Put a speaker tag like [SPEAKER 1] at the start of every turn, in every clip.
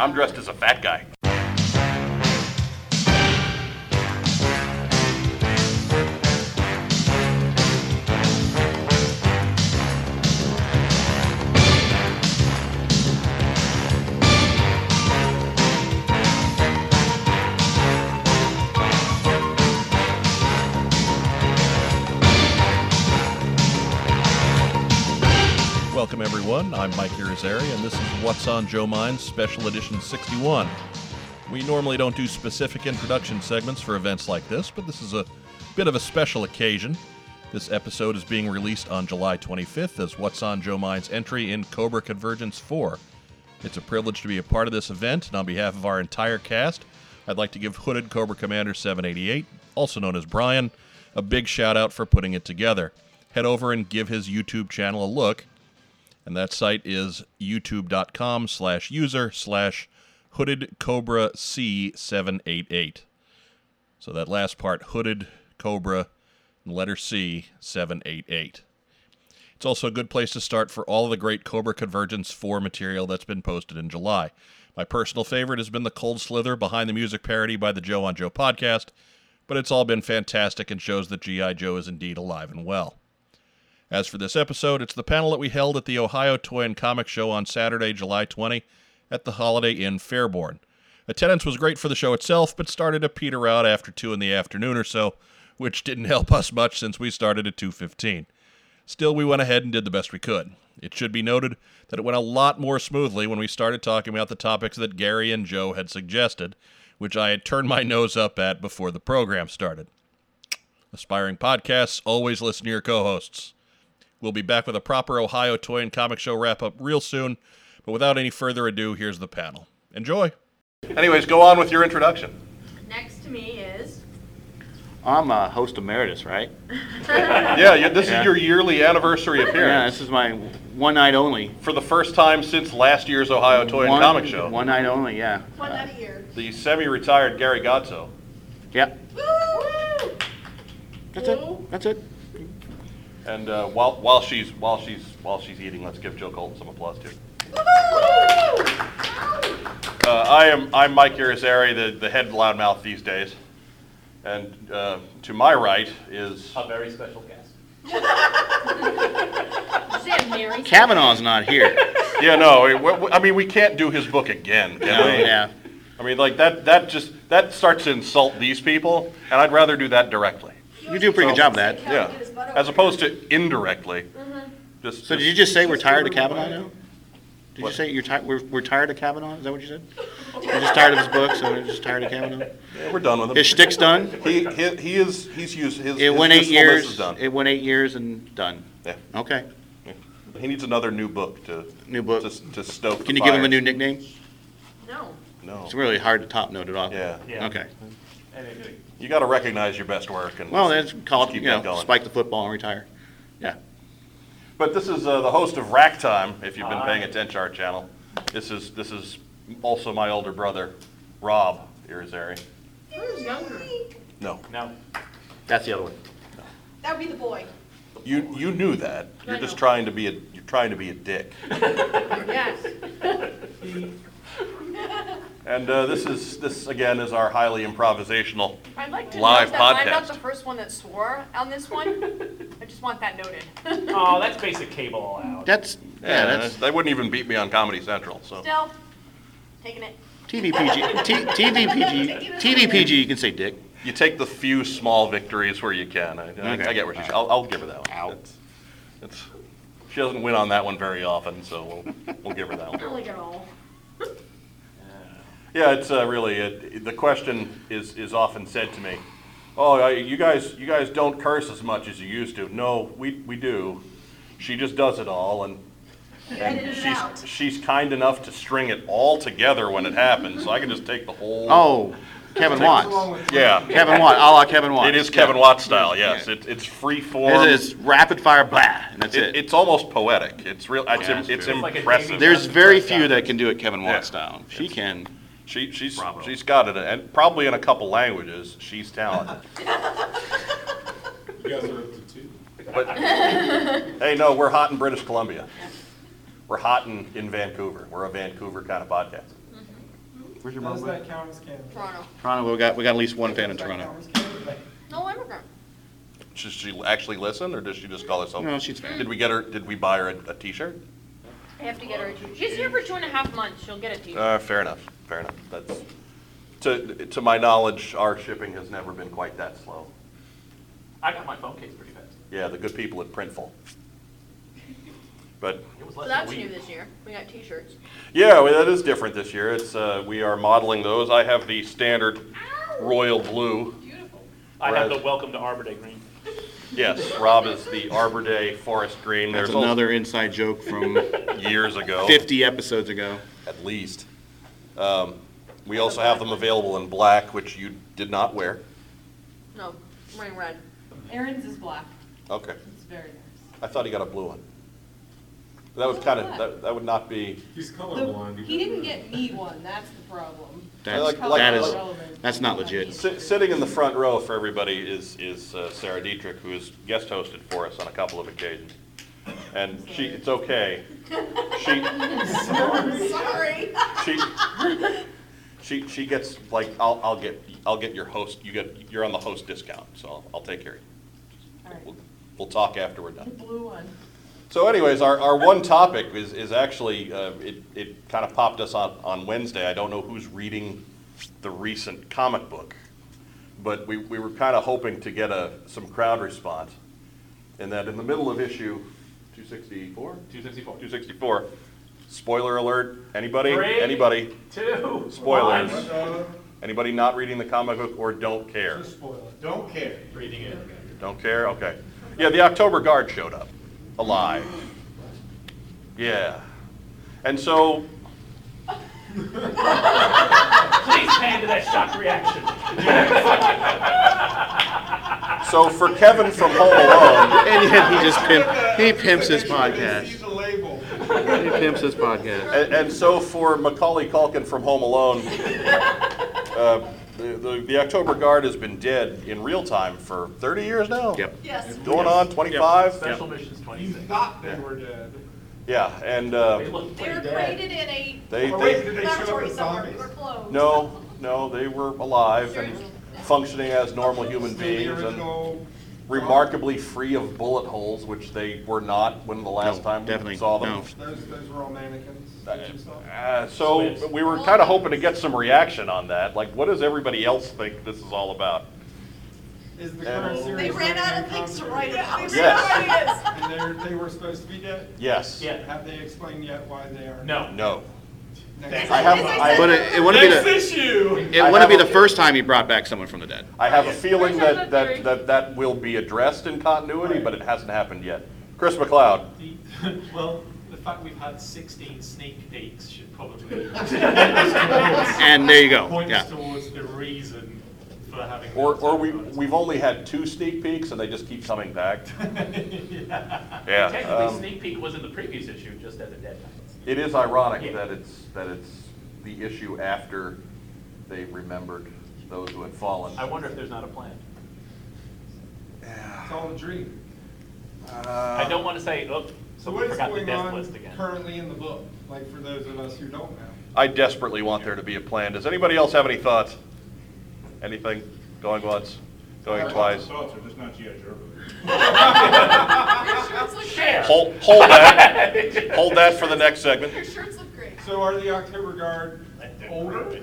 [SPEAKER 1] I'm dressed as a fat guy.
[SPEAKER 2] Welcome, everyone. I'm Mike Irizarry, and this is What's on Joe Mine's Special Edition 61. We normally don't do specific introduction segments for events like this, but this is a bit of a special occasion. This episode is being released on July 25th as What's on Joe Mine's entry in Cobra Convergence 4. It's a privilege to be a part of this event, and on behalf of our entire cast, I'd like to give Hooded Cobra Commander 788, also known as Brian, a big shout out for putting it together. Head over and give his YouTube channel a look and that site is youtube.com slash user slash hooded cobra c788 so that last part hooded cobra and letter c 788 it's also a good place to start for all of the great cobra convergence 4 material that's been posted in july my personal favorite has been the cold slither behind the music parody by the joe on joe podcast but it's all been fantastic and shows that gi joe is indeed alive and well as for this episode, it's the panel that we held at the Ohio Toy and Comic Show on Saturday, July 20, at the Holiday Inn Fairborn. Attendance was great for the show itself, but started to peter out after 2 in the afternoon or so, which didn't help us much since we started at 2.15. Still, we went ahead and did the best we could. It should be noted that it went a lot more smoothly when we started talking about the topics that Gary and Joe had suggested, which I had turned my nose up at before the program started. Aspiring podcasts always listen to your co hosts. We'll be back with a proper Ohio Toy and Comic Show wrap up real soon. But without any further ado, here's the panel. Enjoy. Anyways, go on with your introduction.
[SPEAKER 3] Next to me is.
[SPEAKER 4] I'm a host emeritus, right?
[SPEAKER 2] Yeah, you- this
[SPEAKER 4] Yeah.
[SPEAKER 2] is your yearly anniversary
[SPEAKER 4] Yeah,
[SPEAKER 2] appearance
[SPEAKER 4] this is my one night only.
[SPEAKER 2] for the first time since last year's Ohio Toy and
[SPEAKER 4] One-
[SPEAKER 2] Comic Show.
[SPEAKER 4] One night only, yeah.
[SPEAKER 3] One out of year.
[SPEAKER 2] The semi-retired Gary Gotso.
[SPEAKER 4] Yep,
[SPEAKER 3] Woo!
[SPEAKER 4] that's it, that's it.
[SPEAKER 2] And uh, while while she's while she's while she's eating, let's give Joe Colton some applause too. Uh, I am I'm Mike Irizarry, the the head loudmouth these days, and uh, to my right is
[SPEAKER 1] A very special guest.
[SPEAKER 3] Is that Mary?
[SPEAKER 4] Kavanaugh's not here.
[SPEAKER 2] Yeah, no, we- we- I mean, we can't do his book again, can
[SPEAKER 4] No,
[SPEAKER 2] we?
[SPEAKER 4] yeah.
[SPEAKER 2] I mean, like, that, that just, that starts to insult these people, and I'd rather do that directly.
[SPEAKER 4] You do a pretty good job of that.
[SPEAKER 2] Yeah. As opposed to indirectly. Just,
[SPEAKER 4] So did you
[SPEAKER 2] just-
[SPEAKER 4] just say we're tired of Kavanaugh now? Did you
[SPEAKER 2] What?
[SPEAKER 4] say you're tired, we're, we're tired of Kavanaugh? Is that what you said? We're just tired of his books, and we're just tired of Kavanaugh?
[SPEAKER 2] yeah, we're done with him.
[SPEAKER 4] His shtick's done?
[SPEAKER 2] He, he, he is, he's used, his,
[SPEAKER 4] It
[SPEAKER 2] his
[SPEAKER 4] went eight
[SPEAKER 2] usefulness is
[SPEAKER 4] years,
[SPEAKER 2] done.
[SPEAKER 4] it went eight years and done.
[SPEAKER 2] Yeah.
[SPEAKER 4] Okay,
[SPEAKER 2] He needs another new book to,
[SPEAKER 4] new book.
[SPEAKER 2] to, to stoke the
[SPEAKER 4] Can you give him a
[SPEAKER 2] fires.
[SPEAKER 4] new nickname?
[SPEAKER 3] No.
[SPEAKER 2] No,
[SPEAKER 4] It's really hard to top note it off.
[SPEAKER 2] yeah.
[SPEAKER 1] Yeah.
[SPEAKER 4] Okay.
[SPEAKER 2] You gotta recognize your best work and.
[SPEAKER 4] Well, that's called,
[SPEAKER 2] keep
[SPEAKER 4] you
[SPEAKER 2] that
[SPEAKER 4] know,
[SPEAKER 2] going.
[SPEAKER 4] spike the football and retire. Yeah.
[SPEAKER 2] But this is uh, the host of Rack Time, if you've been
[SPEAKER 1] Hi.
[SPEAKER 2] paying attention to our channel. This is, this is also my older brother, Rob Irizarry.
[SPEAKER 3] Who's younger?
[SPEAKER 2] No,
[SPEAKER 1] No.
[SPEAKER 4] That's the other one.
[SPEAKER 5] That would be the boy.
[SPEAKER 2] you, you knew that. You're
[SPEAKER 3] I
[SPEAKER 2] just
[SPEAKER 3] know.
[SPEAKER 2] trying to be a, you're trying to be a dick.
[SPEAKER 3] Yes.
[SPEAKER 2] And uh, this is, this again is our highly improvisational.
[SPEAKER 5] I'd like to
[SPEAKER 2] Live
[SPEAKER 5] note that I'm
[SPEAKER 2] podcast.
[SPEAKER 5] not the first one that swore on this one. I just want that noted.
[SPEAKER 1] Oh, that's basic cable allowed.
[SPEAKER 4] That's, yeah, that's
[SPEAKER 2] They wouldn't even beat me on Comedy Central, so.
[SPEAKER 5] Still, taking it.
[SPEAKER 4] TVPG, T- TVPG, TVPG, you can say dick.
[SPEAKER 2] You take the few small victories where you can. I, I- I
[SPEAKER 4] Okay.
[SPEAKER 2] get where she's, I'll, I'll give her that one. It's- It's, she doesn't win on that one very often, so we'll, we'll give her that one.
[SPEAKER 3] Only girl.
[SPEAKER 2] Yeah, it's uh, really uh the question is is often said to me. Oh, uh, you guys, you guys don't curse as much as you used to. No, we we do. She just does it all, and,
[SPEAKER 3] edited it
[SPEAKER 2] and
[SPEAKER 3] out.
[SPEAKER 2] she's she's kind enough to string it all together when it happens, so I can just take the whole.
[SPEAKER 4] Oh, Kevin Watts.
[SPEAKER 2] yeah,
[SPEAKER 4] Kevin Watts, a la Kevin Watts.
[SPEAKER 2] it is Kevin
[SPEAKER 4] Yeah.
[SPEAKER 2] Watts style. Yes, it, it's free form.
[SPEAKER 4] It is rapid fire, blah, and that's
[SPEAKER 2] It,
[SPEAKER 4] it.
[SPEAKER 2] it's almost poetic. It's real. It's,
[SPEAKER 4] Yeah,
[SPEAKER 2] im-
[SPEAKER 4] that's
[SPEAKER 2] it's
[SPEAKER 4] true.
[SPEAKER 1] It's like a
[SPEAKER 2] impressive.
[SPEAKER 1] Davy-
[SPEAKER 4] There's very few that can do it Kevin Watts
[SPEAKER 2] Yeah.
[SPEAKER 4] style. She can.
[SPEAKER 2] she, she's
[SPEAKER 1] Bravo.
[SPEAKER 2] she's got it, and probably in a couple languages. She's talented.
[SPEAKER 6] You guys are up to two.
[SPEAKER 2] But, hey, no, we're hot in British Columbia. We're hot in, in Vancouver. We're a Vancouver kind of podcast.
[SPEAKER 4] Where's your mom?
[SPEAKER 6] Does that
[SPEAKER 4] live?
[SPEAKER 6] count as Canada?
[SPEAKER 5] Toronto.
[SPEAKER 4] Toronto, we got, we got at least one fan in
[SPEAKER 6] Does that
[SPEAKER 4] Toronto.
[SPEAKER 6] count as Canada?
[SPEAKER 5] No immigrant.
[SPEAKER 2] Does she actually listen, or does she just call herself?
[SPEAKER 4] No, she's fan.
[SPEAKER 2] Did we get her, did we buy her a, a t-shirt?
[SPEAKER 5] I have to get her. a- She's here for two and a half months. She'll get it to you.
[SPEAKER 2] Uh, fair enough, fair enough. That's, to, to my knowledge, our shipping has never been quite that slow.
[SPEAKER 1] I got my phone case pretty fast.
[SPEAKER 2] Yeah, the good people at Printful. But,
[SPEAKER 1] It was
[SPEAKER 5] So
[SPEAKER 1] less than a
[SPEAKER 5] that's
[SPEAKER 1] week.
[SPEAKER 5] new this year. We got t-shirts.
[SPEAKER 2] yeah, well, that is different this year. It's, uh, we are modeling those. I have the standard royal blue.
[SPEAKER 1] I have the
[SPEAKER 2] Whereas-
[SPEAKER 1] welcome to Arbor Day green.
[SPEAKER 2] Yes, Rob is the Arbor Day forest green.
[SPEAKER 4] That's
[SPEAKER 2] There's
[SPEAKER 4] another inside joke from
[SPEAKER 2] also- Years ago.
[SPEAKER 4] 50 episodes ago.
[SPEAKER 2] at least. Um, We also have them available in black, which you did not wear.
[SPEAKER 5] No, I'm wearing red.
[SPEAKER 7] Aaron's is black.
[SPEAKER 2] Okay.
[SPEAKER 7] It's very nice.
[SPEAKER 2] I thought he got a blue one. That would kind of, that- that would not be,
[SPEAKER 6] He's colorblind.
[SPEAKER 7] He didn't get me one, that's the problem.
[SPEAKER 4] That's,
[SPEAKER 2] like-
[SPEAKER 4] that is,
[SPEAKER 7] Relevant.
[SPEAKER 4] that's not legit.
[SPEAKER 2] si- sitting in the front row for everybody is, is uh, Sarah Dietrich, who has guest hosted for us on a couple of occasions. And she, it's okay. She,
[SPEAKER 7] Sorry.
[SPEAKER 2] she, she, she gets, like, I'll, I'll get, I'll get your host, you get, you're on the host discount, so I'll, I'll take care of
[SPEAKER 7] All
[SPEAKER 2] you.
[SPEAKER 7] right.
[SPEAKER 2] We'll- We'll talk after we're
[SPEAKER 7] The
[SPEAKER 2] done.
[SPEAKER 7] blue one.
[SPEAKER 2] So anyways, our, our one topic is, is actually, uh, it, it kind of popped us on, on Wednesday. I don't know who's reading the recent comic book, but we, we were kind of hoping to get a, some crowd response. And that in the middle of issue 264?
[SPEAKER 1] 264.
[SPEAKER 2] 264, spoiler alert, anybody,
[SPEAKER 1] Three.
[SPEAKER 2] anybody,
[SPEAKER 1] Two.
[SPEAKER 2] Spoilers.
[SPEAKER 1] one.
[SPEAKER 2] anybody not reading the comic book or don't care?
[SPEAKER 6] Just spoil it.
[SPEAKER 8] Don't care.
[SPEAKER 1] Reading it.
[SPEAKER 2] Don't care? Okay. Yeah, the October Guard showed up. Alive. Yeah. And so,
[SPEAKER 1] Please pan to that shock reaction.
[SPEAKER 2] so for Kevin from Home Alone,
[SPEAKER 4] And yet he just pimp, he pimps his
[SPEAKER 6] See
[SPEAKER 4] podcast.
[SPEAKER 6] the label.
[SPEAKER 4] He pimps his podcast.
[SPEAKER 2] and, and so for Macaulay Culkin from Home Alone, uh, the, the, the October Guard has been dead in real time for 30 years now?
[SPEAKER 4] Yep.
[SPEAKER 7] Yes.
[SPEAKER 2] Going on 25?
[SPEAKER 1] Special missions 26.
[SPEAKER 6] You thought they were dead.
[SPEAKER 2] Yeah, and uh,
[SPEAKER 1] They look
[SPEAKER 7] They're
[SPEAKER 1] pretty
[SPEAKER 7] created
[SPEAKER 1] dead.
[SPEAKER 7] in a
[SPEAKER 2] they,
[SPEAKER 6] Or wait,
[SPEAKER 2] they,
[SPEAKER 6] did they show up
[SPEAKER 7] laboratory
[SPEAKER 6] as
[SPEAKER 7] somewhere,
[SPEAKER 6] zombies?
[SPEAKER 7] we're closed.
[SPEAKER 2] no, no, they were alive and functioning as normal human
[SPEAKER 6] Still the
[SPEAKER 2] beings and
[SPEAKER 6] original.
[SPEAKER 2] remarkably free of bullet holes, which they were not when the last
[SPEAKER 4] No,
[SPEAKER 2] time we
[SPEAKER 4] definitely,
[SPEAKER 2] saw them.
[SPEAKER 4] no.
[SPEAKER 6] Those, those were all mannequins. that you saw?
[SPEAKER 2] Uh, So we were kind of hoping to get some reaction on that, like what does everybody else think this is all about?
[SPEAKER 6] Is the
[SPEAKER 2] and-
[SPEAKER 6] current series.
[SPEAKER 7] They ran out of
[SPEAKER 6] running
[SPEAKER 7] things to
[SPEAKER 6] comedy?
[SPEAKER 7] write about.
[SPEAKER 2] Yes.
[SPEAKER 6] And they're, they were supposed to be dead?
[SPEAKER 2] Yes.
[SPEAKER 1] Yeah.
[SPEAKER 6] Have they explained yet why they are?
[SPEAKER 1] No.
[SPEAKER 2] No.
[SPEAKER 6] Next-
[SPEAKER 2] I have,
[SPEAKER 4] But
[SPEAKER 2] I,
[SPEAKER 4] it it wouldn't be the,
[SPEAKER 1] issue.
[SPEAKER 4] it wouldn't be the first time he brought back someone from the dead.
[SPEAKER 2] I have a feeling
[SPEAKER 3] Where's that
[SPEAKER 2] that, that,
[SPEAKER 3] theory?
[SPEAKER 2] that that will be addressed in continuity, but it hasn't happened yet. Chris McLeod,
[SPEAKER 9] The, well, the fact we've had 16 sneak peeks should probably
[SPEAKER 4] And there you go,
[SPEAKER 9] point us
[SPEAKER 4] yeah.
[SPEAKER 9] towards the reason for having.
[SPEAKER 2] or,
[SPEAKER 9] that
[SPEAKER 2] or we,
[SPEAKER 9] terminology.
[SPEAKER 2] we've only had two sneak peeks and they just keep coming back. Yeah.
[SPEAKER 1] Technically,
[SPEAKER 2] um,
[SPEAKER 1] sneak peek was in the previous issue, just as a dead time.
[SPEAKER 2] It is ironic
[SPEAKER 1] Yeah.
[SPEAKER 2] that it's, that it's the issue after they remembered those who had fallen.
[SPEAKER 1] I wonder if there's not a plan.
[SPEAKER 6] It's all a dream.
[SPEAKER 2] Uh,
[SPEAKER 1] I don't want to say, oh,
[SPEAKER 6] So what
[SPEAKER 1] someone
[SPEAKER 6] is
[SPEAKER 1] forgot the
[SPEAKER 6] going
[SPEAKER 1] death
[SPEAKER 6] on
[SPEAKER 1] list again.
[SPEAKER 6] currently in the book, like for those of us who don't know?
[SPEAKER 2] I desperately want there to be a plan. Does anybody else have any thoughts? Anything going once, going twice?
[SPEAKER 8] Thoughts are just not G.I. Joe.
[SPEAKER 1] Share.
[SPEAKER 2] Hold, hold that, hold that for the next segment.
[SPEAKER 5] Your shirts look great.
[SPEAKER 6] So are the October Guard
[SPEAKER 8] Let them
[SPEAKER 6] older?
[SPEAKER 8] rip it.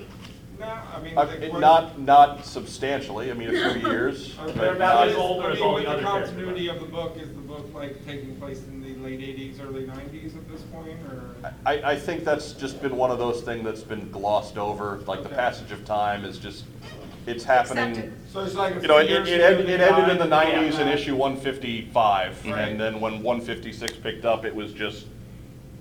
[SPEAKER 6] No, I mean.
[SPEAKER 2] I
[SPEAKER 6] like,
[SPEAKER 2] mean,
[SPEAKER 6] what-
[SPEAKER 2] Uh, Not, not substantially, I mean, a few years.
[SPEAKER 6] Okay,
[SPEAKER 2] but
[SPEAKER 1] They're about
[SPEAKER 2] not-
[SPEAKER 6] what
[SPEAKER 1] as
[SPEAKER 6] is-
[SPEAKER 1] old
[SPEAKER 6] I
[SPEAKER 1] as
[SPEAKER 6] mean,
[SPEAKER 1] all
[SPEAKER 6] with
[SPEAKER 1] the other characters.
[SPEAKER 6] Continuity of the book, is the book like taking place in the late eighties, early nineties at this point, or?
[SPEAKER 2] I, I think that's just been one of those things that's been glossed over, like the
[SPEAKER 6] Okay.
[SPEAKER 2] passage of time is just, it's happening.
[SPEAKER 7] Accepted.
[SPEAKER 6] So it's like. a
[SPEAKER 2] You know,
[SPEAKER 6] few
[SPEAKER 2] it,
[SPEAKER 6] years
[SPEAKER 2] it
[SPEAKER 6] ago
[SPEAKER 2] ended,
[SPEAKER 6] they
[SPEAKER 2] it ended in the
[SPEAKER 6] died, yeah,
[SPEAKER 2] nineties in
[SPEAKER 6] yeah.
[SPEAKER 2] issue one fifty-five,
[SPEAKER 6] Right.
[SPEAKER 2] and then when one fifty-six picked up, it was just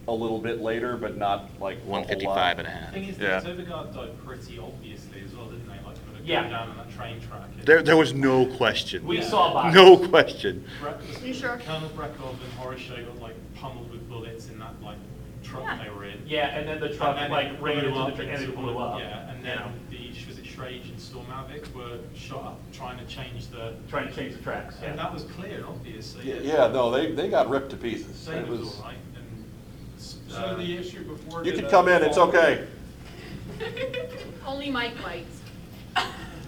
[SPEAKER 2] a little bit later, but not like a whole lot.
[SPEAKER 4] 155 and a
[SPEAKER 9] The
[SPEAKER 4] half.
[SPEAKER 9] Thing is, the
[SPEAKER 2] Yeah.
[SPEAKER 9] Toberguard died pretty obviously as well, didn't they? Like, when it
[SPEAKER 1] Yeah.
[SPEAKER 9] down on that train track. it-
[SPEAKER 4] There, there was no question.
[SPEAKER 1] We saw bodies.
[SPEAKER 4] No question.
[SPEAKER 9] Brett was-
[SPEAKER 5] You sure?
[SPEAKER 9] Colonel Brekov and Horace Shaw got like pummeled with bullets in that like truck
[SPEAKER 5] Yeah.
[SPEAKER 9] they were in.
[SPEAKER 1] Yeah, and then the truck
[SPEAKER 9] And then
[SPEAKER 1] like
[SPEAKER 9] it
[SPEAKER 1] ran
[SPEAKER 9] blew
[SPEAKER 1] into the
[SPEAKER 9] up
[SPEAKER 1] truck and
[SPEAKER 9] into
[SPEAKER 1] it
[SPEAKER 9] all
[SPEAKER 1] blew
[SPEAKER 9] of-
[SPEAKER 1] up.
[SPEAKER 9] Yeah, and
[SPEAKER 1] you know,
[SPEAKER 9] then the, sh- was it Schrage and Stormavik were shot up trying to change the,
[SPEAKER 1] trying to change the tracks.
[SPEAKER 9] and
[SPEAKER 1] yeah.
[SPEAKER 9] that was clear, obviously.
[SPEAKER 2] Yeah, Yeah, no, they, they got ripped to pieces. It
[SPEAKER 9] Saban
[SPEAKER 2] was,
[SPEAKER 9] was all right, and,
[SPEAKER 6] So
[SPEAKER 9] uh,
[SPEAKER 6] the issue before.
[SPEAKER 2] you
[SPEAKER 6] did
[SPEAKER 2] can
[SPEAKER 6] that
[SPEAKER 2] come in, it's
[SPEAKER 6] fall-
[SPEAKER 2] okay.
[SPEAKER 3] Only Mike bites.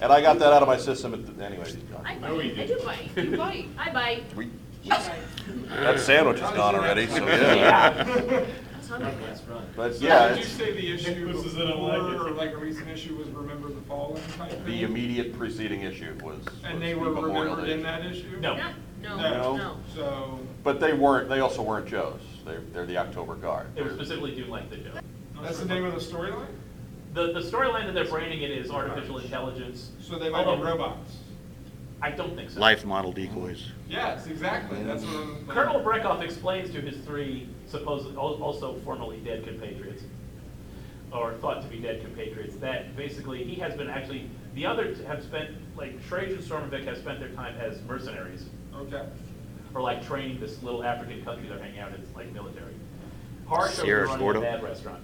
[SPEAKER 2] And I got that out of my system at the- anyway.
[SPEAKER 3] I bite.
[SPEAKER 1] No, he
[SPEAKER 3] I do
[SPEAKER 1] didn't.
[SPEAKER 3] bite.
[SPEAKER 7] You bite.
[SPEAKER 3] I bite.
[SPEAKER 2] We-
[SPEAKER 7] Right.
[SPEAKER 2] That sandwich is gone already, so yeah.
[SPEAKER 1] Yeah.
[SPEAKER 3] I was hungry.
[SPEAKER 2] But
[SPEAKER 6] So
[SPEAKER 2] yeah,
[SPEAKER 6] Did you
[SPEAKER 2] it's
[SPEAKER 6] say the issue
[SPEAKER 9] This is
[SPEAKER 6] before,
[SPEAKER 9] it, I like it.
[SPEAKER 6] or like a recent issue was remember the fallen type thing?
[SPEAKER 2] the immediate preceding issue was.
[SPEAKER 6] And
[SPEAKER 2] was
[SPEAKER 6] they were
[SPEAKER 2] Memorial
[SPEAKER 6] remembered in
[SPEAKER 2] Day.
[SPEAKER 6] that issue?
[SPEAKER 1] No.
[SPEAKER 3] Not- No,
[SPEAKER 6] No.
[SPEAKER 3] no.
[SPEAKER 6] So,
[SPEAKER 2] But they weren't, they also weren't Joes. They're, they're the October Guard.
[SPEAKER 1] It was specifically due length of joke.
[SPEAKER 6] that's the name of the storyline?
[SPEAKER 1] The, the storyline that they're branding it is artificial intelligence.
[SPEAKER 6] So they might be
[SPEAKER 1] although
[SPEAKER 6] robots?
[SPEAKER 1] I don't think so.
[SPEAKER 4] Life model decoys.
[SPEAKER 6] Yes, exactly, that's what I'm.
[SPEAKER 1] Colonel Breckoff explains to his three supposed, al- also formerly dead compatriots, or thought to be dead compatriots, that basically he has been actually, the others have spent, like Trajan Stormovic has spent their time as mercenaries,
[SPEAKER 6] Okay.
[SPEAKER 1] or like training this little African country they're hanging out in, like military. Harsh
[SPEAKER 4] Sierra
[SPEAKER 1] is running a
[SPEAKER 4] Gordo?
[SPEAKER 1] bad restaurant.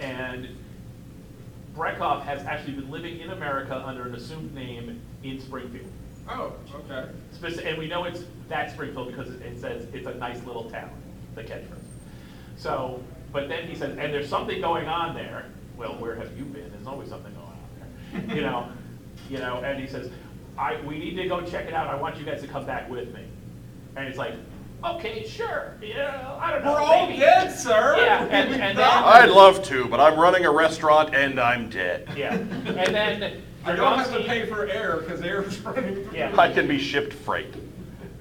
[SPEAKER 1] And Breckoff has actually been living in America under an assumed name in Springfield.
[SPEAKER 6] Oh, okay.
[SPEAKER 1] Spec- And we know it's that Springfield because it- it says it's a nice little town, the catchphrase. So, but then he says, and there's something going on there. Well, where have you been? There's always something going on there. You know, you know, and he says, I, we need to go check it out. I want you guys to come back with me. And it's like, okay, sure, yeah, I don't know,
[SPEAKER 6] We're all
[SPEAKER 1] maybe."
[SPEAKER 6] dead, sir.
[SPEAKER 1] Yeah, and, and then.
[SPEAKER 2] I'd love to, but I'm running a restaurant and I'm dead.
[SPEAKER 1] Yeah, and then.
[SPEAKER 6] I don't have to
[SPEAKER 1] Dragowski-
[SPEAKER 6] pay for air, because air's running through.
[SPEAKER 1] Yeah.
[SPEAKER 2] I can be shipped freight.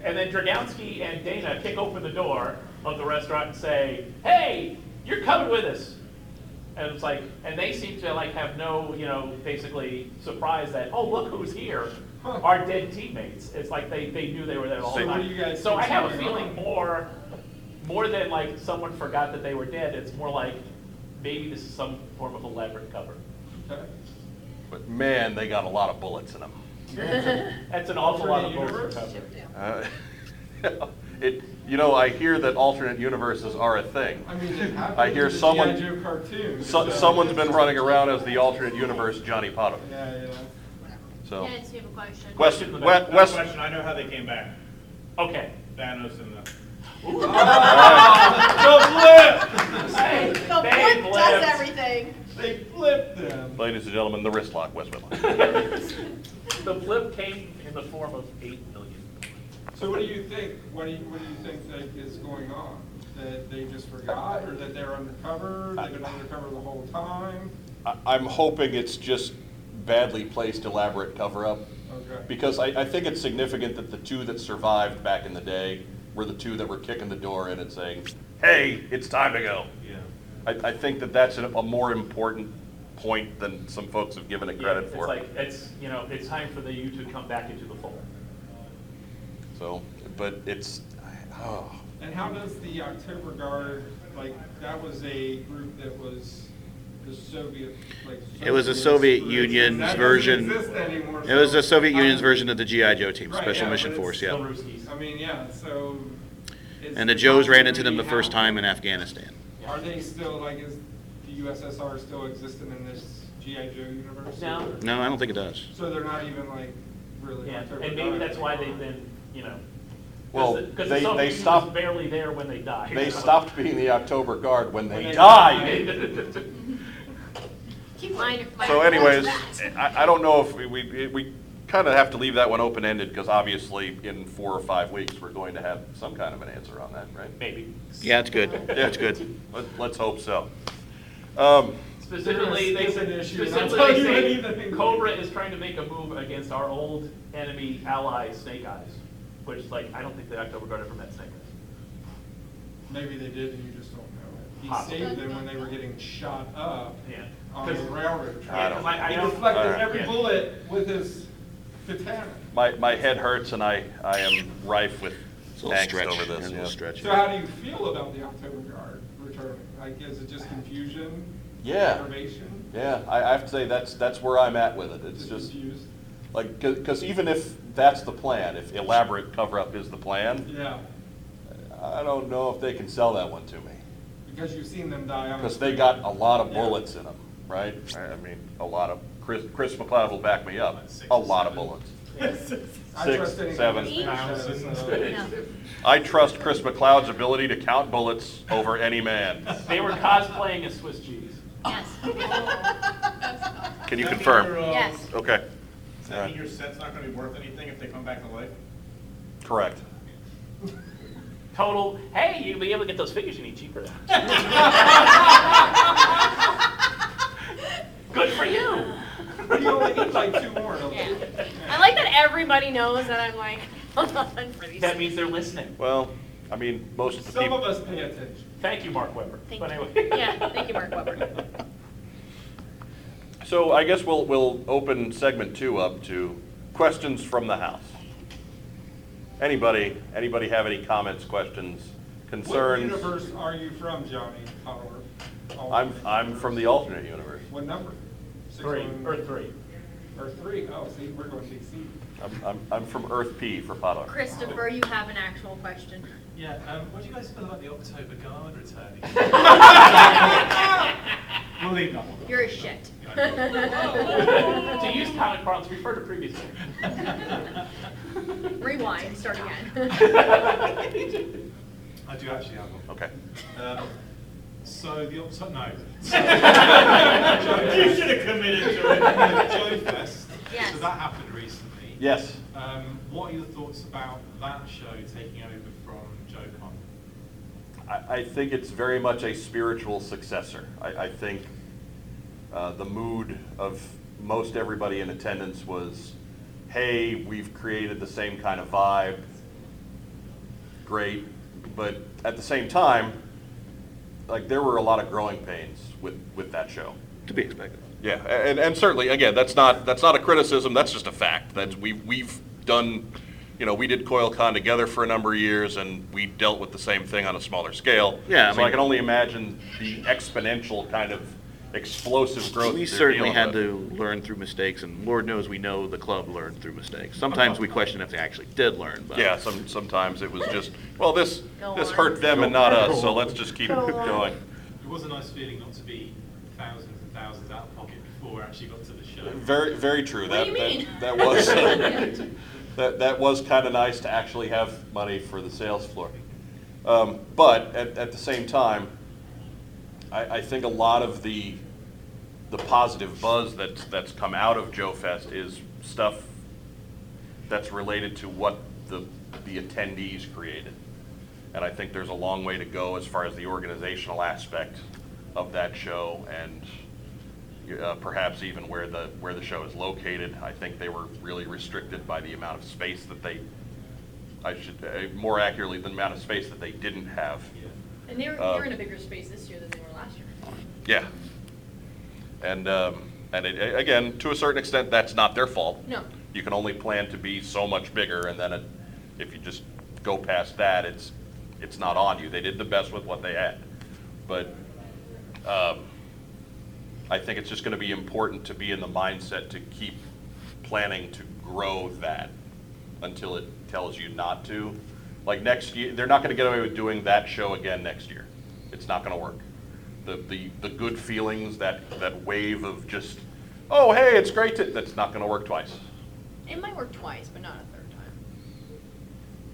[SPEAKER 1] And then Dragowski and Dana kick open the door of the restaurant and say, "Hey, you're coming with us." And it's like, and they seem to like have no, you know, basically surprise that, oh, look who's here, our dead teammates. It's like they, they knew they were there all the
[SPEAKER 2] So
[SPEAKER 1] time.
[SPEAKER 6] what do you guys
[SPEAKER 1] So I
[SPEAKER 6] think's
[SPEAKER 1] have a
[SPEAKER 6] going
[SPEAKER 1] feeling
[SPEAKER 6] on?
[SPEAKER 1] more, more than like someone forgot that they were dead. It's more like maybe this is some form of elaborate cover.
[SPEAKER 6] Okay.
[SPEAKER 2] But man, they got a lot of bullets in them.
[SPEAKER 1] That's an awful lot of
[SPEAKER 6] Alternate
[SPEAKER 1] bullshit
[SPEAKER 6] universe?
[SPEAKER 1] cover.
[SPEAKER 2] Uh, It, you know, I hear that alternate universes are a thing.
[SPEAKER 6] I mean, it happened.
[SPEAKER 2] I hear
[SPEAKER 6] to the
[SPEAKER 2] someone-
[SPEAKER 6] G.I. Joe cartoon.
[SPEAKER 2] So,
[SPEAKER 6] so-
[SPEAKER 2] someone's been running around as the alternate universe Johnny Potter,
[SPEAKER 6] Yeah, yeah.
[SPEAKER 2] so.
[SPEAKER 3] Yes, you have a question.
[SPEAKER 2] Question, we- West,
[SPEAKER 8] Question, I know how they came back,
[SPEAKER 1] Okay.
[SPEAKER 8] Thanos and the.
[SPEAKER 1] Hey,
[SPEAKER 7] The
[SPEAKER 1] they
[SPEAKER 7] wood does
[SPEAKER 1] lived.
[SPEAKER 7] everything.
[SPEAKER 6] They flipped them.
[SPEAKER 2] ladies and gentlemen, the wrist lock, West Whitlock.
[SPEAKER 1] The blip came in the form of eight million.
[SPEAKER 6] So what do you think, what do you, what do you think that is going on? That they just forgot, or that they're undercover, they've been undercover the whole time?
[SPEAKER 2] I- I'm hoping it's just badly placed elaborate cover-up.
[SPEAKER 6] Okay.
[SPEAKER 2] Because I, I think it's significant that the two that survived back in the day were the two that were kicking the door in and saying, hey, it's time to go.
[SPEAKER 9] Yeah.
[SPEAKER 2] I, I think that that's a a more important point than some folks have given it credit
[SPEAKER 1] It's
[SPEAKER 2] for.
[SPEAKER 1] like, it's, you know, it's time for the U to come back into the fold.
[SPEAKER 2] So, but it's, oh,
[SPEAKER 6] And how does the October Guard, like, that was a group that was the Soviet, like.
[SPEAKER 4] It was the Soviet
[SPEAKER 6] group.
[SPEAKER 4] Union's
[SPEAKER 6] That doesn't
[SPEAKER 4] version-
[SPEAKER 6] exist anymore,
[SPEAKER 4] It was
[SPEAKER 6] so-
[SPEAKER 4] the Soviet Union's
[SPEAKER 6] Um,
[SPEAKER 4] version of the GI Joe team,
[SPEAKER 6] Right,
[SPEAKER 4] Special
[SPEAKER 6] yeah,
[SPEAKER 4] Mission
[SPEAKER 6] but it's
[SPEAKER 4] Force,
[SPEAKER 1] The
[SPEAKER 4] yeah.
[SPEAKER 1] Ruskies.
[SPEAKER 6] I mean, yeah, so. is
[SPEAKER 4] And the Joes ran into them the
[SPEAKER 6] continuity
[SPEAKER 4] first
[SPEAKER 6] how-
[SPEAKER 4] time in Afghanistan.
[SPEAKER 6] Are they still, like, is the USSR still existent in this GI Joe universe?
[SPEAKER 1] No.
[SPEAKER 4] No, I don't think it does.
[SPEAKER 6] So they're not even like really.
[SPEAKER 1] Yeah,
[SPEAKER 6] October
[SPEAKER 1] and maybe
[SPEAKER 6] Guard
[SPEAKER 1] that's why they've
[SPEAKER 6] anymore.
[SPEAKER 1] been, you know.
[SPEAKER 2] Well,
[SPEAKER 1] Because
[SPEAKER 2] they-
[SPEAKER 1] the Soviet
[SPEAKER 2] they
[SPEAKER 1] Union
[SPEAKER 2] stopped-
[SPEAKER 1] was barely there when they died.
[SPEAKER 2] they stopped being the October Guard when
[SPEAKER 6] When
[SPEAKER 2] they
[SPEAKER 6] they
[SPEAKER 2] died.
[SPEAKER 3] Keep mine.
[SPEAKER 2] So anyways, eh, I, I don't know if we, we, we kind of have to leave that one open-ended, because obviously, in four or five weeks, we're going to have some kind of an answer on that, right?
[SPEAKER 1] Maybe.
[SPEAKER 4] Yeah, it's good. That's good.
[SPEAKER 2] Let- Let's hope so. Um,
[SPEAKER 1] Specifically,
[SPEAKER 6] They're
[SPEAKER 1] they
[SPEAKER 6] gonna skip an
[SPEAKER 1] said,
[SPEAKER 6] issue and not
[SPEAKER 1] specifically
[SPEAKER 6] tell
[SPEAKER 1] they
[SPEAKER 6] you
[SPEAKER 1] say
[SPEAKER 6] anything.
[SPEAKER 1] Cobra is trying to make a move against our old enemy ally, Snake Eyes, which like, I don't think the October Guard ever met Snake Eyes.
[SPEAKER 6] Maybe they did, and you just don't know it. He
[SPEAKER 1] Possibly.
[SPEAKER 6] saved them when they were getting shot up
[SPEAKER 1] Yeah.
[SPEAKER 6] on the
[SPEAKER 1] 'Cause-
[SPEAKER 6] railroad
[SPEAKER 2] I
[SPEAKER 1] Yeah,
[SPEAKER 6] track.
[SPEAKER 1] 'cause
[SPEAKER 2] don't-
[SPEAKER 1] I, I
[SPEAKER 6] He
[SPEAKER 1] don't.
[SPEAKER 6] deflected
[SPEAKER 2] Alright.
[SPEAKER 6] every
[SPEAKER 1] Yeah.
[SPEAKER 6] bullet with his katana.
[SPEAKER 2] My, my head hurts, and I, I am rife with
[SPEAKER 4] It's a little
[SPEAKER 2] angst
[SPEAKER 4] stretch.
[SPEAKER 2] over
[SPEAKER 4] yeah,
[SPEAKER 2] this.
[SPEAKER 4] a little
[SPEAKER 2] yeah.
[SPEAKER 4] stretch.
[SPEAKER 6] So how do you feel about the October Guard returning? Like, is it just confusion?
[SPEAKER 2] Yeah.
[SPEAKER 6] Aggravation?
[SPEAKER 2] Yeah, I, I have to say, that's, that's where I'm at with it. It's just,
[SPEAKER 6] Confused?
[SPEAKER 2] like, because even if that's the plan, if elaborate cover-up is the plan,
[SPEAKER 6] Yeah,
[SPEAKER 2] I don't know if they can sell that one to me.
[SPEAKER 6] because you've seen them die on. the
[SPEAKER 2] Because they
[SPEAKER 6] street.
[SPEAKER 2] got a lot of
[SPEAKER 6] Yeah.
[SPEAKER 2] bullets in them, right? I I mean, a lot of, Chris, Chris McLeod will back me up,
[SPEAKER 9] Six,
[SPEAKER 2] a lot of
[SPEAKER 9] seven.
[SPEAKER 2] bullets.
[SPEAKER 6] I
[SPEAKER 2] six,
[SPEAKER 6] trust anything
[SPEAKER 2] seven
[SPEAKER 6] that's been shot,
[SPEAKER 9] thousand.
[SPEAKER 6] so-
[SPEAKER 2] I trust Chris McLeod's ability to count bullets over any man.
[SPEAKER 1] They were cosplaying as Swiss cheese.
[SPEAKER 5] Yes.
[SPEAKER 4] Can you
[SPEAKER 8] Does that mean your,
[SPEAKER 10] um,
[SPEAKER 4] confirm?
[SPEAKER 8] uh,
[SPEAKER 5] Yes.
[SPEAKER 4] Okay,
[SPEAKER 8] Does that mean your set's not gonna be worth anything if they come back to life?
[SPEAKER 2] Correct.
[SPEAKER 1] Total, hey, you'll be able to get those figures you need cheaper now. Good for you.
[SPEAKER 6] You only need like two more, don't you?
[SPEAKER 5] Yeah. I like that everybody knows that I'm like, on for these.
[SPEAKER 1] That means they're listening.
[SPEAKER 2] Well, I mean, most of the
[SPEAKER 6] Some
[SPEAKER 2] people.
[SPEAKER 6] of us pay attention.
[SPEAKER 1] Thank you, Mark Weber.
[SPEAKER 5] Thank
[SPEAKER 1] But
[SPEAKER 5] you.
[SPEAKER 1] anyway.
[SPEAKER 5] Yeah, thank you, Mark Weber.
[SPEAKER 2] So I guess we'll, we'll open segment two up to questions from the House. Anybody, anybody have any comments, questions,
[SPEAKER 6] What
[SPEAKER 2] concerns?
[SPEAKER 6] universe are you from, Johnny Power?
[SPEAKER 2] I'm, I'm from the alternate universe.
[SPEAKER 6] What number? Six
[SPEAKER 1] Three,
[SPEAKER 6] one-
[SPEAKER 1] or three.
[SPEAKER 6] Or three, oh, see, we're going to exceed.
[SPEAKER 2] I'm, I'm, I'm from Earth P for Potter.
[SPEAKER 5] Christopher, you have an actual question.
[SPEAKER 9] Yeah, um, what do you guys feel about the October Guard returning? We'll leave that one.
[SPEAKER 5] You're a shit.
[SPEAKER 1] To use common parlance, refer to previous. year.
[SPEAKER 5] Rewind, start again.
[SPEAKER 9] I do actually have one.
[SPEAKER 2] Okay.
[SPEAKER 9] Uh, So the October, no.
[SPEAKER 8] You should have committed to it.
[SPEAKER 9] Joe Fest.
[SPEAKER 5] Yes.
[SPEAKER 9] So that happened recently.
[SPEAKER 2] Yes.
[SPEAKER 9] Um, what are your thoughts about that show taking over from JoeCon?
[SPEAKER 2] I, I think it's very much a spiritual successor. I, I think uh, the mood of most everybody in attendance was, hey, we've created the same kind of vibe. Great. But at the same time, like there were a lot of growing pains with, with that show.
[SPEAKER 4] to be expected.
[SPEAKER 2] Yeah, a- and, and certainly, again, that's not, that's not a criticism, that's just a fact, that we, we've done, you know, we did CoilCon together for a number of years, and we dealt with the same thing on a smaller scale.
[SPEAKER 4] Yeah, I
[SPEAKER 2] So I
[SPEAKER 4] mean-
[SPEAKER 2] can only imagine the exponential kind of explosive growth.
[SPEAKER 4] We
[SPEAKER 2] that they're
[SPEAKER 4] certainly
[SPEAKER 2] dealing
[SPEAKER 4] had
[SPEAKER 2] with.
[SPEAKER 4] to learn through mistakes, and Lord knows we know the club learned through
[SPEAKER 2] Uh-huh.
[SPEAKER 4] mistakes. Sometimes we question if they actually did learn, but.
[SPEAKER 2] Yeah, some, sometimes it was just, well, this,
[SPEAKER 5] Go
[SPEAKER 2] this
[SPEAKER 5] on.
[SPEAKER 2] hurt them and not us, so let's just keep going.
[SPEAKER 9] It was a nice feeling not to be thousands and thousands out of pocket before I actually got to the show.
[SPEAKER 2] Very, very true.
[SPEAKER 5] What
[SPEAKER 2] That
[SPEAKER 5] do you
[SPEAKER 2] that-
[SPEAKER 5] mean?
[SPEAKER 2] That was, that, that was kind of nice to actually have money for the sales floor. Um, But at, at the same time, I, I think a lot of the, the positive buzz that's, that's come out of Joe Fest is stuff that's related to what the, the attendees created. And I think there's a long way to go as far as the organizational aspect of that show and uh, perhaps even where the, where the show is located. I think they were really restricted by the amount of space that they, I should, uh, more accurately, the amount of space that they didn't have.
[SPEAKER 3] And they were,
[SPEAKER 2] Uh,
[SPEAKER 3] they were in a bigger space this year than they were last year.
[SPEAKER 2] Yeah. And, um, and it- a- again, to a certain extent, that's not their fault.
[SPEAKER 3] No.
[SPEAKER 2] You can only plan to be so much bigger, and then it- if you just go past that, it's, it's not on you. They did the best with what they had. But um, I think it's just going to be important to be in the mindset to keep planning to grow that until it tells you not to. Like next year, they're not going to get away with doing that show again next year. It's not going to work. The, the, the good feelings, that, that wave of just, oh, hey, it's great to, that's not going to work twice.
[SPEAKER 3] It might work twice, but not a third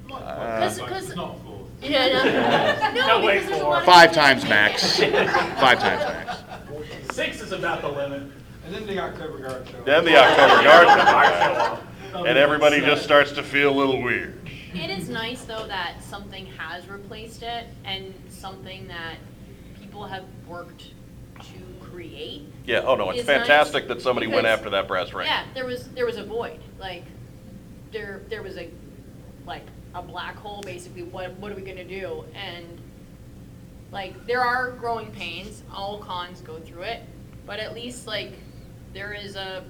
[SPEAKER 3] time.
[SPEAKER 2] uh,
[SPEAKER 4] uh,
[SPEAKER 9] It's like-
[SPEAKER 5] 'cause-
[SPEAKER 9] It's not a fourth.
[SPEAKER 5] Yeah, no.
[SPEAKER 1] No,
[SPEAKER 5] No,
[SPEAKER 1] wait
[SPEAKER 5] because there's a
[SPEAKER 1] for it.
[SPEAKER 5] lot of.
[SPEAKER 4] Five
[SPEAKER 5] changes
[SPEAKER 4] times
[SPEAKER 5] made.
[SPEAKER 4] max. Five times max.
[SPEAKER 1] Six is about the limit.
[SPEAKER 6] And then they got Cobra Guard show.
[SPEAKER 2] Then the October Yard comes back, and everybody just starts to feel a little weird.
[SPEAKER 5] It is nice though that something has replaced it and something that people have worked to create.
[SPEAKER 2] Yeah, oh no, it's
[SPEAKER 5] It's nice
[SPEAKER 2] fantastic that somebody went
[SPEAKER 5] because-
[SPEAKER 2] after that brass ring.
[SPEAKER 5] Yeah, there was, there was a void, like, there, there was a, like, a black hole, basically, what, what are we gonna do? And, like, there are growing pains, all cons go through it, but at least, like, there is a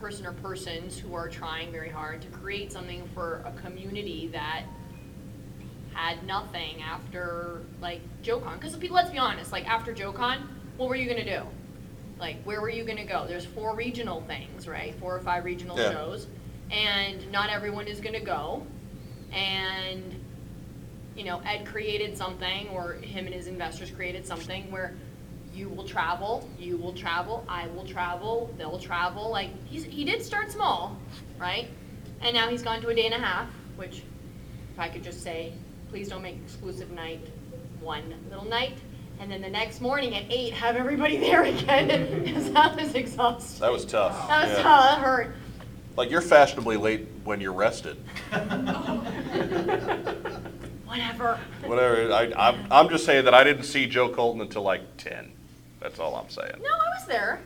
[SPEAKER 5] person or persons who are trying very hard to create something for a community that had nothing after, like, JoeCon, because let's be honest, like, after JoeCon, what were you gonna do? like where were you going to go there's four regional things right four or five regional
[SPEAKER 2] Yeah.
[SPEAKER 5] shows and not everyone is going to go and you know ed created something or him and his investors created something where you will travel you will travel i will travel they'll travel like he's, he did start small right and now he's gone to a day and a half which if i could just say please don't make exclusive night one little night and then the next morning at eight, have everybody there again, because that was exhausting.
[SPEAKER 2] That was tough.
[SPEAKER 5] That was
[SPEAKER 2] yeah.
[SPEAKER 5] tough, that hurt.
[SPEAKER 2] Like you're fashionably late when you're rested.
[SPEAKER 5] Whatever.
[SPEAKER 2] Whatever. I, I'm, I'm just saying that I didn't see Joe Colton until like 10. That's all I'm saying.
[SPEAKER 5] No, I was there.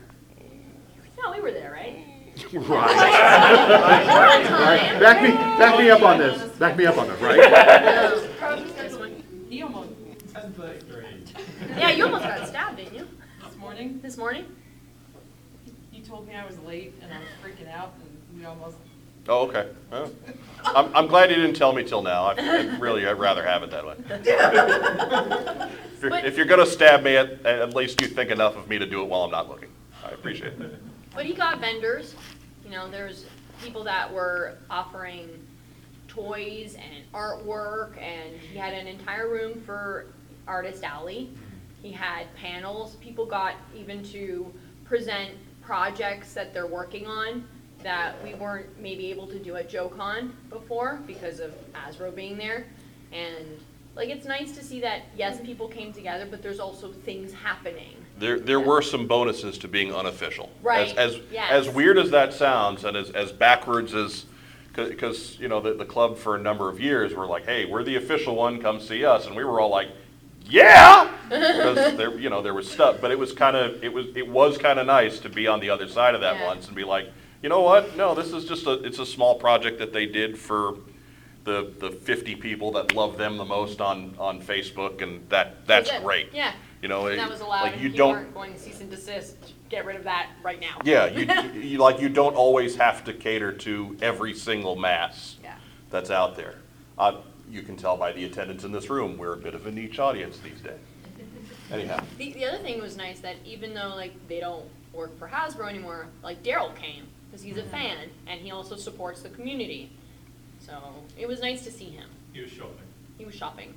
[SPEAKER 5] No, we were there, right?
[SPEAKER 11] Right.
[SPEAKER 5] We're on time.
[SPEAKER 11] Back me, back me up on this. Back me up on this, right?
[SPEAKER 7] He almost,
[SPEAKER 9] Sounds like great.
[SPEAKER 5] Yeah, you almost got stabbed, didn't you,
[SPEAKER 7] this morning,
[SPEAKER 5] this morning?
[SPEAKER 7] he told me I was late and I was freaking out and we almost
[SPEAKER 2] Oh, okay. Oh. I'm, I'm glad you didn't tell me till now. I, I really, I'd rather have it that way. If you're, if you're gonna stab me, at, at least you think enough of me to do it while I'm not looking. I appreciate that.
[SPEAKER 5] But he got vendors, you know, there was people that were offering toys and artwork, and he had an entire room for Artist Alley. He had panels, people got even to present projects that they're working on that we weren't maybe able to do at JoeCon before because of Asro being there. And like, it's nice to see that, yes, people came together, but there's also things happening.
[SPEAKER 2] There, there were some bonuses to being unofficial.
[SPEAKER 5] Right,
[SPEAKER 2] As, as,
[SPEAKER 5] yes.
[SPEAKER 2] as weird as that sounds, and as, as backwards as, because, you know, the, the club for a number of years were like, hey, we're the official one, come see us, and we were all like, yeah! Because there, you know, there was stuff, but it was kind of, it was, it was kind of nice to be on the other side of that
[SPEAKER 5] Yeah.
[SPEAKER 2] once and be like, you know what, no, this is just a, it's a small project that they did for the, the fifty people that love them the most on, on Facebook, and that, that's
[SPEAKER 5] it.
[SPEAKER 2] great.
[SPEAKER 5] Yeah.
[SPEAKER 2] You know,
[SPEAKER 5] And
[SPEAKER 2] it-
[SPEAKER 5] That was allowed,
[SPEAKER 2] like,
[SPEAKER 5] and
[SPEAKER 2] you
[SPEAKER 5] people
[SPEAKER 2] don't,
[SPEAKER 5] aren't going to cease and desist, get rid of that right now.
[SPEAKER 2] yeah, you, you, like, you don't always have to cater to every single mass
[SPEAKER 5] Yeah.
[SPEAKER 2] that's out there. Uh, you can tell by the attendance in this room, we're a bit of a niche audience these days. Anyhow,
[SPEAKER 5] The, the other thing was nice that even though like they don't work for Hasbro anymore, like Daryl came, because he's a fan, and he also supports the community. So, it was nice to see him.
[SPEAKER 9] He was shopping.
[SPEAKER 5] He was shopping.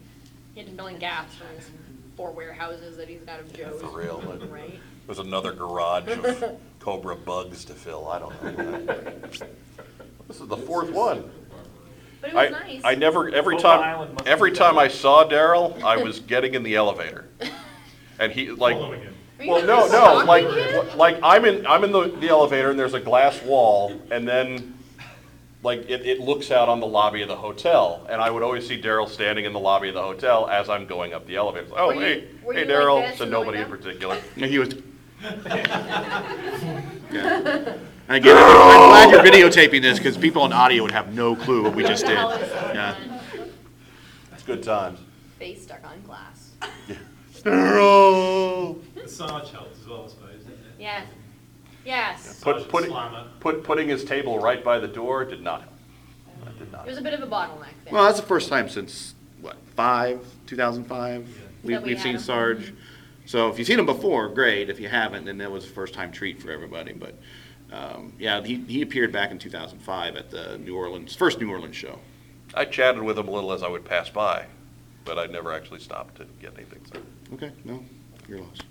[SPEAKER 5] He had to fill in gaps from his four warehouses that he's got of Joe's.
[SPEAKER 2] for real, like-
[SPEAKER 5] Right?
[SPEAKER 2] there's another garage of Cobra bugs to fill, I don't know. This is the fourth one.
[SPEAKER 5] But it
[SPEAKER 2] I,
[SPEAKER 5] was nice.
[SPEAKER 2] I never, every
[SPEAKER 1] Boca
[SPEAKER 2] time,
[SPEAKER 1] Island must
[SPEAKER 2] every
[SPEAKER 1] be
[SPEAKER 2] time
[SPEAKER 1] better.
[SPEAKER 2] I saw Daryl, I was getting in the elevator. And he, like,
[SPEAKER 9] Following him.
[SPEAKER 5] Are you
[SPEAKER 2] Well,
[SPEAKER 5] guys
[SPEAKER 2] no, no,
[SPEAKER 5] stalking
[SPEAKER 2] like,
[SPEAKER 5] him?
[SPEAKER 2] like I'm in, I'm in the, the elevator and there's a glass wall and then, like, it, it looks out on the lobby of the hotel. And I would always see Daryl standing in the lobby of the hotel as I'm going up the elevator. Oh,
[SPEAKER 5] Were you-
[SPEAKER 2] hey,
[SPEAKER 5] were
[SPEAKER 2] hey
[SPEAKER 5] you like
[SPEAKER 2] Daryl,
[SPEAKER 5] this
[SPEAKER 2] to
[SPEAKER 5] in the
[SPEAKER 2] nobody in
[SPEAKER 5] window?
[SPEAKER 2] particular.
[SPEAKER 11] And he was. Yeah. I get it. I'm glad you're videotaping this because people on audio would have no clue what we just
[SPEAKER 5] What
[SPEAKER 11] did.
[SPEAKER 5] the hell is going
[SPEAKER 11] Yeah.
[SPEAKER 5] on?
[SPEAKER 2] It's good times.
[SPEAKER 5] Face stuck on glass.
[SPEAKER 11] Daryl.
[SPEAKER 9] The Sarge helped as well, I suppose, didn't it?
[SPEAKER 5] Yes. Yes.
[SPEAKER 2] Put,
[SPEAKER 9] Sergeant
[SPEAKER 2] put,
[SPEAKER 9] Slammer.
[SPEAKER 2] put, putting his table right by the door did not help. That did not.
[SPEAKER 5] It was a bit of a bottleneck there.
[SPEAKER 11] Well, that's the first time since, what, five, 2005? We-
[SPEAKER 5] That we
[SPEAKER 11] We've
[SPEAKER 5] had
[SPEAKER 11] seen
[SPEAKER 5] him.
[SPEAKER 11] Sarge. So if you've seen him before, great. If you haven't, then that was a first-time treat for everybody. But, um, yeah, he, he appeared back in 2005 at the New Orleans, first New Orleans show.
[SPEAKER 2] I chatted with him a little as I would pass by, but I never actually stopped to get anything. So
[SPEAKER 11] Okay, no, you're lost.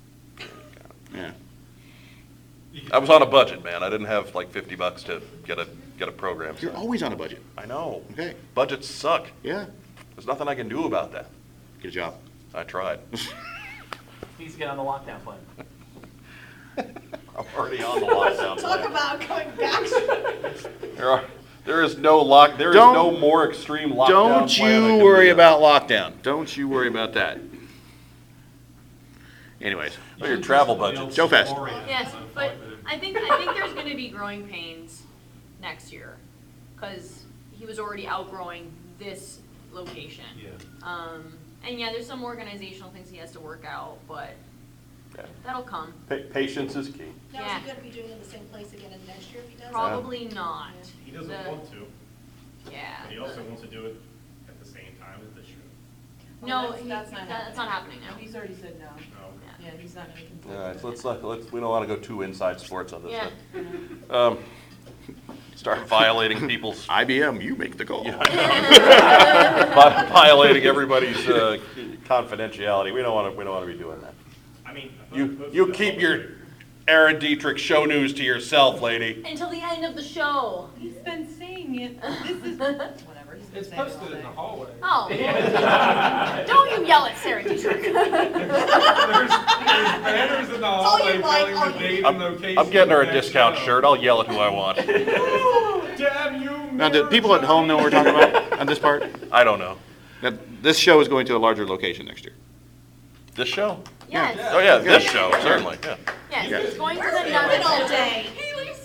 [SPEAKER 11] Yeah.
[SPEAKER 2] I was on a budget, man. I didn't have like 50 bucks to get a, get a program.
[SPEAKER 11] You're
[SPEAKER 2] so-
[SPEAKER 11] always on a budget.
[SPEAKER 2] I know.
[SPEAKER 11] Okay.
[SPEAKER 2] Budgets suck.
[SPEAKER 11] Yeah,
[SPEAKER 2] There's nothing I can do about that.
[SPEAKER 11] good job.
[SPEAKER 2] I tried.
[SPEAKER 1] Needs to get on the lockdown plan.
[SPEAKER 2] I'm already on the lockdown
[SPEAKER 7] talk
[SPEAKER 2] plan.
[SPEAKER 7] about going back.
[SPEAKER 2] There are, there is no lock, there is
[SPEAKER 11] Don't-
[SPEAKER 2] no more extreme lockdown
[SPEAKER 11] Don't
[SPEAKER 2] plan I
[SPEAKER 11] you
[SPEAKER 2] can
[SPEAKER 11] worry
[SPEAKER 2] do.
[SPEAKER 11] about lockdown. Don't you worry about that. Anyways,
[SPEAKER 2] Oh, your travel budget.
[SPEAKER 11] Joe Fest.
[SPEAKER 5] Yes, but I think, I think there's gonna be growing pains next year, cause he was already outgrowing this location.
[SPEAKER 9] Yeah.
[SPEAKER 5] Um, and yeah, there's some organizational things he has to work out, but
[SPEAKER 2] Yeah.
[SPEAKER 5] that'll come.
[SPEAKER 2] Pa- Patience is key.
[SPEAKER 7] Now, is
[SPEAKER 5] Yeah.
[SPEAKER 7] he gonna be doing it in the same place again in next year if he does? it?
[SPEAKER 5] Probably not.
[SPEAKER 8] He doesn't
[SPEAKER 5] The-
[SPEAKER 8] want to,
[SPEAKER 5] Yeah.
[SPEAKER 8] but he also wants to do it at the same time as the show.
[SPEAKER 7] Well,
[SPEAKER 5] No,
[SPEAKER 7] that's-
[SPEAKER 5] he-
[SPEAKER 7] oh, that's not
[SPEAKER 5] that- that's not happening now.
[SPEAKER 7] He's already said no.
[SPEAKER 8] No.
[SPEAKER 7] Yeah, he's not gonna continue.
[SPEAKER 2] All right, so let's, not- let's, we don't want to go too inside sports on this.
[SPEAKER 5] Yeah.
[SPEAKER 2] but, Um, start violating people's,
[SPEAKER 11] IBM, you make the call.
[SPEAKER 2] vi- violating everybody's uh, confidentiality. We don't want to, we don't want to be doing that.
[SPEAKER 8] I mean. I thought we
[SPEAKER 2] You,
[SPEAKER 8] posted
[SPEAKER 2] you
[SPEAKER 8] that
[SPEAKER 2] keep
[SPEAKER 8] whole
[SPEAKER 2] your
[SPEAKER 8] thing.
[SPEAKER 2] Aaron Dietrich show news to yourself, lady.
[SPEAKER 5] Until the end of the show.
[SPEAKER 7] He's been saying it, this is, whatever, he's
[SPEAKER 6] It's
[SPEAKER 7] saying all
[SPEAKER 6] posted in the
[SPEAKER 7] day.
[SPEAKER 6] hallway.
[SPEAKER 5] Oh, don't you yell at Sarah Dietrich.
[SPEAKER 6] There's there's banners in the
[SPEAKER 5] all
[SPEAKER 6] hallway
[SPEAKER 5] you like, all
[SPEAKER 6] telling the
[SPEAKER 5] you-
[SPEAKER 6] date and
[SPEAKER 2] I'm
[SPEAKER 6] location.
[SPEAKER 2] I'm getting her a
[SPEAKER 6] of the next
[SPEAKER 2] discount
[SPEAKER 6] show.
[SPEAKER 2] shirt. I'll yell at who I want.
[SPEAKER 6] Ooh, Damn you,
[SPEAKER 11] Now, do
[SPEAKER 6] Mary
[SPEAKER 11] people at home know what we're talking about on this part?
[SPEAKER 2] I don't know.
[SPEAKER 11] Now, this show is going to a larger location next year.
[SPEAKER 2] This show?
[SPEAKER 5] Yes,
[SPEAKER 2] Oh, yeah, this show, certainly, yeah.
[SPEAKER 5] yes, he's going to the
[SPEAKER 3] Been all
[SPEAKER 5] nuns.
[SPEAKER 3] day.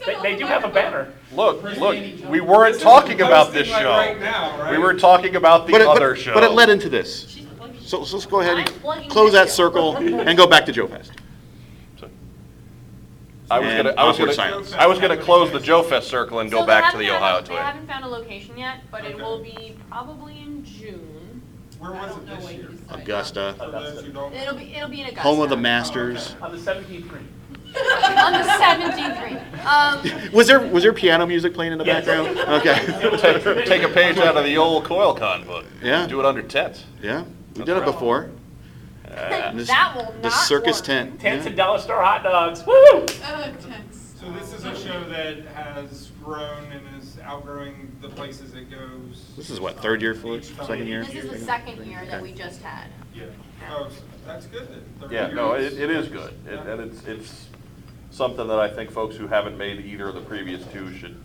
[SPEAKER 1] They, they do have a banner.
[SPEAKER 2] Look, look, we weren't talking about this
[SPEAKER 6] Posting like Right
[SPEAKER 2] show.
[SPEAKER 6] now, right?
[SPEAKER 2] We were talking about the
[SPEAKER 11] But it- but-
[SPEAKER 2] other show.
[SPEAKER 11] But it led into this.
[SPEAKER 7] She's plugging.
[SPEAKER 11] So so let's go ahead
[SPEAKER 5] I'm
[SPEAKER 11] and
[SPEAKER 5] plugging
[SPEAKER 11] close
[SPEAKER 5] this
[SPEAKER 11] that
[SPEAKER 5] show.
[SPEAKER 11] circle and go back to Joe Fest.
[SPEAKER 2] I was
[SPEAKER 11] And
[SPEAKER 2] gonna, I was
[SPEAKER 11] awkward
[SPEAKER 2] gonna,
[SPEAKER 11] silence.
[SPEAKER 2] I was gonna close the Joe Fest circle and
[SPEAKER 5] So
[SPEAKER 2] go
[SPEAKER 5] they
[SPEAKER 2] back to
[SPEAKER 5] haven't
[SPEAKER 2] the
[SPEAKER 5] found-
[SPEAKER 2] Ohio
[SPEAKER 5] They
[SPEAKER 2] Twig.
[SPEAKER 5] haven't found a location yet, but it
[SPEAKER 6] Okay.
[SPEAKER 5] will be probably in June.
[SPEAKER 6] Where
[SPEAKER 7] I
[SPEAKER 6] was
[SPEAKER 7] don't
[SPEAKER 6] it
[SPEAKER 7] know
[SPEAKER 6] this
[SPEAKER 7] what you
[SPEAKER 6] year?
[SPEAKER 7] decided.
[SPEAKER 11] Augusta,
[SPEAKER 6] For those who don't.
[SPEAKER 5] It'll be, it'll be in Augusta.
[SPEAKER 11] home of the Masters.
[SPEAKER 1] On the seventeenth green.
[SPEAKER 5] On the 17th grade. Um,
[SPEAKER 11] Was there, was there piano music playing in the
[SPEAKER 1] Yes.
[SPEAKER 11] background? Okay,
[SPEAKER 2] Take take a page out of the old Coil Con book.
[SPEAKER 11] Yeah.
[SPEAKER 2] Do it under tents.
[SPEAKER 11] yeah, we did it before. This-
[SPEAKER 5] that will not
[SPEAKER 11] The circus
[SPEAKER 5] work.
[SPEAKER 11] tent.
[SPEAKER 1] Tents
[SPEAKER 11] yeah.
[SPEAKER 1] and dollar store hot dogs, woo!
[SPEAKER 3] Oh, tense.
[SPEAKER 6] So this is a show that has grown and is outgrowing the places it goes.
[SPEAKER 11] This is what, third year for it? Second year?
[SPEAKER 5] This is the second year that we just had.
[SPEAKER 6] Oh, so that's good. then. Third
[SPEAKER 2] Yeah,
[SPEAKER 6] year
[SPEAKER 2] no, it, it is good, It- and it's, it's something that I think folks who haven't made either of the previous two should,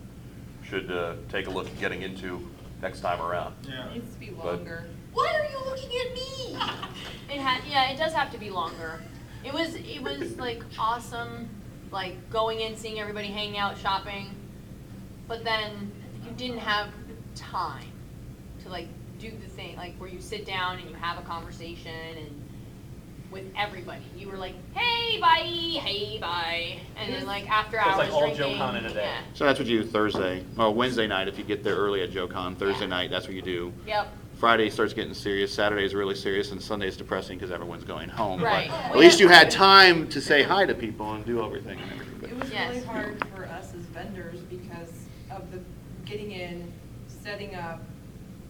[SPEAKER 2] should uh, take a look at getting into next time around.
[SPEAKER 6] Yeah.
[SPEAKER 7] It Needs to be longer.
[SPEAKER 5] Why are you looking at me? It ha yeah, it does have to be longer. It was, it was like awesome, like going in, seeing everybody hanging out, shopping, but then you didn't have time to like do the thing, like where you sit down and you have a conversation and with everybody. You were like, hey, bye, hey, bye, and then like after
[SPEAKER 1] It's
[SPEAKER 5] hours
[SPEAKER 1] like
[SPEAKER 5] drinking.
[SPEAKER 1] all Joe-Con in a day.
[SPEAKER 5] yeah.
[SPEAKER 11] So that's what you do Thursday, or Wednesday night if you get there early at Joe Con. Thursday night, that's what you do.
[SPEAKER 5] Yep.
[SPEAKER 11] Friday starts getting serious, Saturday is really serious, and Sunday is depressing because everyone's going home. But
[SPEAKER 5] Right.
[SPEAKER 11] At least you had time to say hi to people and do everything and everything.
[SPEAKER 7] It was
[SPEAKER 5] Yes.
[SPEAKER 7] really hard for us as vendors because of the getting in, setting up,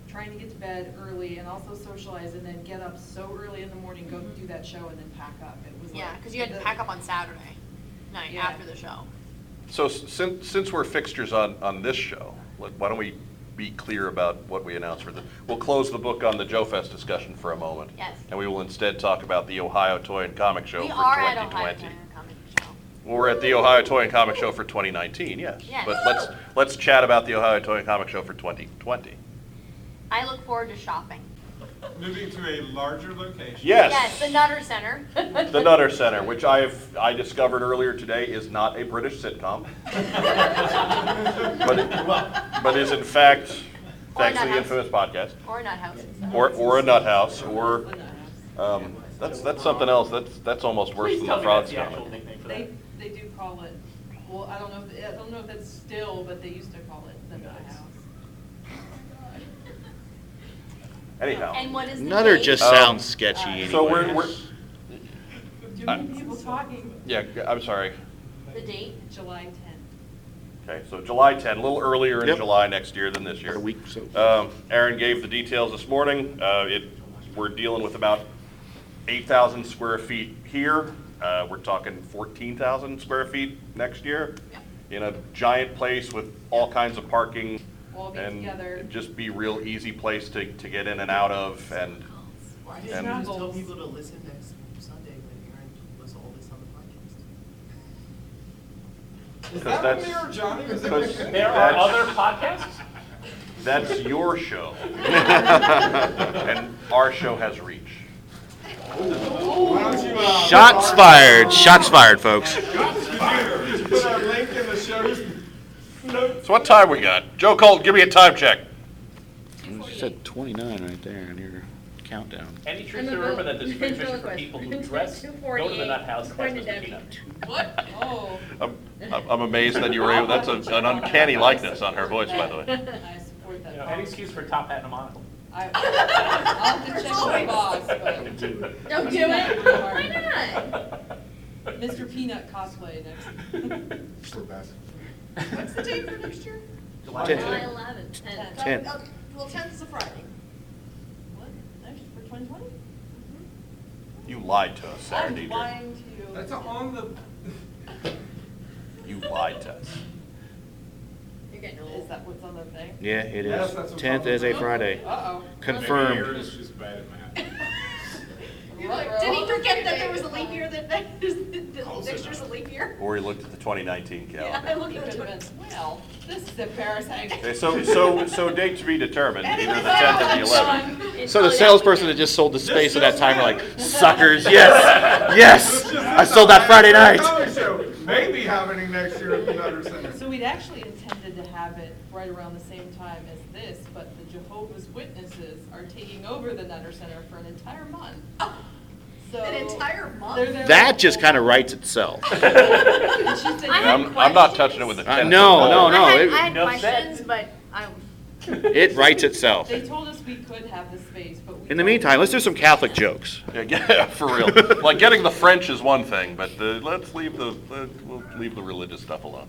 [SPEAKER 7] trying to get to bed early and also socialize and then get up so early in the morning, go do that show and then pack up. It was like.
[SPEAKER 5] Mm-hmm. Yeah, because you had to
[SPEAKER 7] the-
[SPEAKER 5] pack up on Saturday night
[SPEAKER 7] Yeah.
[SPEAKER 5] after the show.
[SPEAKER 2] So s- since, since we're fixtures on, on this show, let- why don't we be clear about what we announced for the, we'll close the book on the Joe Fest discussion for a moment.
[SPEAKER 5] Yes.
[SPEAKER 2] And we will instead talk about the Ohio Toy and Comic Show for
[SPEAKER 5] We
[SPEAKER 2] twenty
[SPEAKER 5] are
[SPEAKER 2] twenty.
[SPEAKER 5] at Ohio Town Comedy Show.
[SPEAKER 2] Well, we're at the Ohio Toy and Comic Show for 2019, yes.
[SPEAKER 5] Yes.
[SPEAKER 2] But let's, let's chat about the Ohio Toy and Comic Show for 2020.
[SPEAKER 5] I look forward to shopping.
[SPEAKER 6] Moving to a larger location.
[SPEAKER 2] Yes.
[SPEAKER 5] the Nutter Center.
[SPEAKER 2] The Nutter Center, which I have, I discovered earlier today is not a British sitcom. But, it- but is in fact,
[SPEAKER 5] Or
[SPEAKER 2] thanks to the
[SPEAKER 5] Nuthouse.
[SPEAKER 2] infamous podcast,
[SPEAKER 5] Or Nut House.
[SPEAKER 2] or, or a nut house, or,
[SPEAKER 7] the nuts.
[SPEAKER 2] um, that's, that's something else. That's, that's almost worse
[SPEAKER 1] Please
[SPEAKER 2] than
[SPEAKER 1] tell
[SPEAKER 2] the
[SPEAKER 1] me that's
[SPEAKER 2] fraud
[SPEAKER 1] the actual
[SPEAKER 2] scam.
[SPEAKER 1] nickname for that.
[SPEAKER 7] They, they do call it, well, I don't know, if- I don't know if that's still, but they used to call it the nut house.
[SPEAKER 2] Anyhow,
[SPEAKER 5] And what is the
[SPEAKER 11] Nutter
[SPEAKER 5] date?
[SPEAKER 11] just
[SPEAKER 2] Um,
[SPEAKER 11] sounds sketchy anyway.
[SPEAKER 2] so we're, we're,
[SPEAKER 7] Too
[SPEAKER 2] I-
[SPEAKER 7] many people talking,
[SPEAKER 2] yeah, I'm sorry.
[SPEAKER 5] The date?
[SPEAKER 7] July tenth.
[SPEAKER 2] Okay, so July 10, a little earlier in
[SPEAKER 11] Yep.
[SPEAKER 2] July next year than this year.
[SPEAKER 11] A week, so.
[SPEAKER 12] Uh,
[SPEAKER 2] Um, Aaron gave the details this morning. Uh, It, we're dealing with about 8,000 square feet here. Uh, We're talking 14,000 square feet next year in a giant place with all kinds of parking.
[SPEAKER 7] All be
[SPEAKER 2] and
[SPEAKER 7] together.
[SPEAKER 2] it'd Just be real easy place to, to get in and out of and,
[SPEAKER 7] It's
[SPEAKER 2] and-
[SPEAKER 7] not
[SPEAKER 9] Just tell
[SPEAKER 7] goals.
[SPEAKER 9] people to listen next Sunday when Aaron was all this on the
[SPEAKER 6] Is
[SPEAKER 2] Because
[SPEAKER 6] that
[SPEAKER 2] that's-
[SPEAKER 6] Mayor Johnny? Is that
[SPEAKER 2] because-
[SPEAKER 6] okay?
[SPEAKER 1] There are other podcasts?
[SPEAKER 2] that's your show. And our show has reach.
[SPEAKER 6] Why don't you, uh,
[SPEAKER 11] Shots fired, shots fired, folks.
[SPEAKER 6] Just put our link in the show notes.
[SPEAKER 2] So what time we got? Joe Colt, give me a time check.
[SPEAKER 11] She said 29 right there on your countdown.
[SPEAKER 1] Any truth to rumor that there's free fishing for people who dress, go to the nut house, that's Mr. Peanut.
[SPEAKER 7] What? Oh,
[SPEAKER 2] I'm, I'm I'm amazed that you were able, that's a- an uncanny likeness on her voice, by the way.
[SPEAKER 7] I support
[SPEAKER 1] You
[SPEAKER 7] that.
[SPEAKER 1] know, Any excuse for a top hat and a monocle.
[SPEAKER 7] I, I'll have to check my boss, but
[SPEAKER 3] Don't do
[SPEAKER 7] it. Why
[SPEAKER 1] Mr.
[SPEAKER 7] Mr. Peanut cosplay next.
[SPEAKER 3] What's the date for next year?
[SPEAKER 11] Ten.
[SPEAKER 3] July eleventh.
[SPEAKER 7] Tenth.
[SPEAKER 11] Tenth.
[SPEAKER 3] Well, tenth is a Friday.
[SPEAKER 7] What? Next, for twenty twenty?
[SPEAKER 2] You lied to us, Sarah
[SPEAKER 7] I'm
[SPEAKER 2] Deidre.
[SPEAKER 7] lying to you.
[SPEAKER 6] That's on the,
[SPEAKER 2] You lied to us.
[SPEAKER 3] You're getting
[SPEAKER 7] Is
[SPEAKER 3] old.
[SPEAKER 7] that what's on the thing?
[SPEAKER 12] Yeah, it
[SPEAKER 6] Yes,
[SPEAKER 12] is.
[SPEAKER 6] that's what
[SPEAKER 12] Tenth is a
[SPEAKER 6] Bob was-
[SPEAKER 12] Friday.
[SPEAKER 7] Uh-oh.
[SPEAKER 12] Confirmed.
[SPEAKER 10] Maybe Aaron's just bad at math.
[SPEAKER 13] You're like, did he forget that there was a leap year that, that, that
[SPEAKER 10] Close
[SPEAKER 13] next year's a
[SPEAKER 10] enough.
[SPEAKER 13] leap year?
[SPEAKER 2] Or he looked at the 2019
[SPEAKER 13] Yeah, I
[SPEAKER 2] calendar.
[SPEAKER 13] looked
[SPEAKER 7] He
[SPEAKER 13] at
[SPEAKER 7] could
[SPEAKER 13] it.
[SPEAKER 7] have been, well, this is embarrassing.
[SPEAKER 2] Okay, so, so, so date to be determined, either the 10th or the 11th.
[SPEAKER 11] So
[SPEAKER 5] Oh,
[SPEAKER 11] the salesperson that just sold the space at that time are like, suckers, yes,
[SPEAKER 6] It's
[SPEAKER 11] yes,
[SPEAKER 6] just-
[SPEAKER 11] I sold that Friday night.
[SPEAKER 6] Another show may be happening next year at the Nutter Center.
[SPEAKER 7] So we'd actually intended to have it right around the same time as this, but the Jehovah's Witnesses are taking over the Nutter Center for an entire month. So.
[SPEAKER 13] Oh, An entire month?
[SPEAKER 7] They're there
[SPEAKER 11] That just
[SPEAKER 7] the whole-
[SPEAKER 11] kind of writes itself.
[SPEAKER 7] And she's taking-
[SPEAKER 5] I had
[SPEAKER 2] I'm, I'm not touching it with a
[SPEAKER 11] Uh,
[SPEAKER 2] 10th.
[SPEAKER 11] no, no, no.
[SPEAKER 5] I had,
[SPEAKER 11] it-
[SPEAKER 5] I had
[SPEAKER 2] no
[SPEAKER 5] questions, but I,
[SPEAKER 11] It writes itself.
[SPEAKER 7] They told us we could have the space, but we.
[SPEAKER 11] In the
[SPEAKER 7] don't.
[SPEAKER 11] meantime, let's do some Catholic jokes.
[SPEAKER 2] Yeah, Yeah, for real. Like, getting the French is one thing, but the, let's leave the, let- we'll leave the religious stuff alone.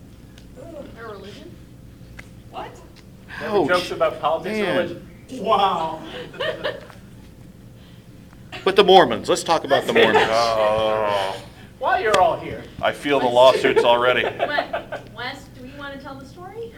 [SPEAKER 5] a religion?
[SPEAKER 7] What?
[SPEAKER 1] Never jokes
[SPEAKER 11] Ouch.
[SPEAKER 1] about politics or
[SPEAKER 11] Oh, Man.
[SPEAKER 1] religion.
[SPEAKER 6] Wow.
[SPEAKER 11] But the Mormons, let's talk about the Mormons.
[SPEAKER 2] Oh,
[SPEAKER 1] While you're all here,
[SPEAKER 2] I feel the lawsuits already.
[SPEAKER 5] What, Wes, do we want to tell the story?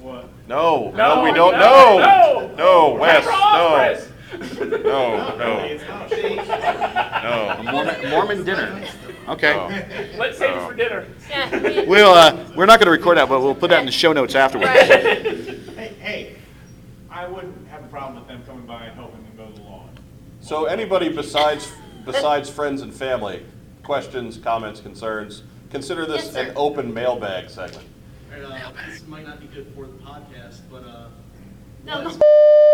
[SPEAKER 10] What?
[SPEAKER 2] No, no, we don't,
[SPEAKER 1] No,
[SPEAKER 2] no, no, Wes,
[SPEAKER 1] Hammer off,
[SPEAKER 2] no,
[SPEAKER 1] Wes.
[SPEAKER 2] Oh, no,
[SPEAKER 10] Really,
[SPEAKER 2] no,
[SPEAKER 10] It's not shady.
[SPEAKER 2] no.
[SPEAKER 11] Mormon Mormon dinner. Okay.
[SPEAKER 1] Let's save it
[SPEAKER 11] Oh.
[SPEAKER 1] for dinner.
[SPEAKER 5] Yeah.
[SPEAKER 11] We'll, uh, we're not going to record that, but we'll put that in the show notes afterwards.
[SPEAKER 10] Hey, hey, I wouldn't have a problem with them coming by and helping them go to the lawn.
[SPEAKER 2] So anybody besides, besides friends and family, questions, comments, concerns, consider
[SPEAKER 5] Yes,
[SPEAKER 2] this
[SPEAKER 5] sir.
[SPEAKER 2] an open mailbag segment.
[SPEAKER 9] And, uh, This might not be good for the podcast, but uh,
[SPEAKER 5] No,
[SPEAKER 9] was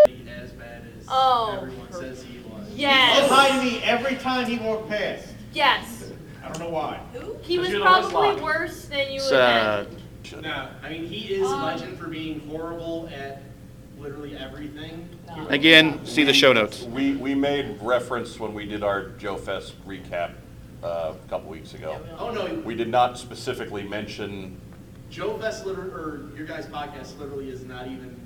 [SPEAKER 9] he as bad as
[SPEAKER 5] Oh.
[SPEAKER 9] everyone says he was.
[SPEAKER 2] Oh,
[SPEAKER 10] He
[SPEAKER 5] Yes,
[SPEAKER 10] lied to me every time he walked past.
[SPEAKER 5] yes.
[SPEAKER 10] I don't know why.
[SPEAKER 5] He was
[SPEAKER 1] Because you're the worst
[SPEAKER 5] probably
[SPEAKER 1] lot.
[SPEAKER 5] worse than you
[SPEAKER 11] It's, uh,
[SPEAKER 5] imagined.
[SPEAKER 9] No, I mean, he is
[SPEAKER 1] Um,
[SPEAKER 9] legend for being horrible at literally everything.
[SPEAKER 11] Again, see the show notes.
[SPEAKER 2] We, we made reference when we did our Joe Fest recap uh, a couple weeks ago.
[SPEAKER 9] Oh, no,
[SPEAKER 2] We did not specifically mention,
[SPEAKER 9] Joe Vest, liter- or your guys' podcast literally is not even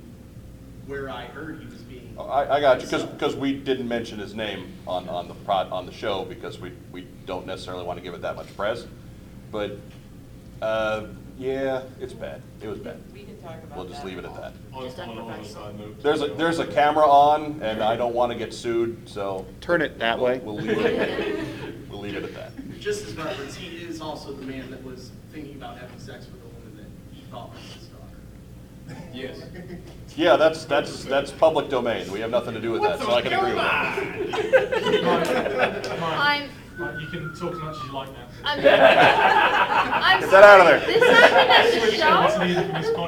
[SPEAKER 9] where I heard he was being.
[SPEAKER 2] I, I got you, because, we didn't mention his name on, on the prod, on the show because we, we don't necessarily want to give it that much press. But, uh, yeah, it's bad. It was bad.
[SPEAKER 7] We can talk about that.
[SPEAKER 2] We'll just leave it at that.
[SPEAKER 9] Oh,
[SPEAKER 5] Just unprofessional.
[SPEAKER 2] There's a, there's a camera on and I don't want to get sued, so
[SPEAKER 11] Turn it that way.
[SPEAKER 2] we'll leave it, we'll leave it at that.
[SPEAKER 9] Just as reference, he is also the man that was thinking about having sex with a woman that he thought was his daughter.
[SPEAKER 6] Yes.
[SPEAKER 2] Yeah, that's, that's, that's public domain. We have nothing to do with that, so I can agree with that.
[SPEAKER 5] I'm,
[SPEAKER 9] You can talk as much as you like now.
[SPEAKER 5] I'm. I'm
[SPEAKER 2] Get that out of
[SPEAKER 5] sorry.
[SPEAKER 2] there.
[SPEAKER 5] This happened at the show?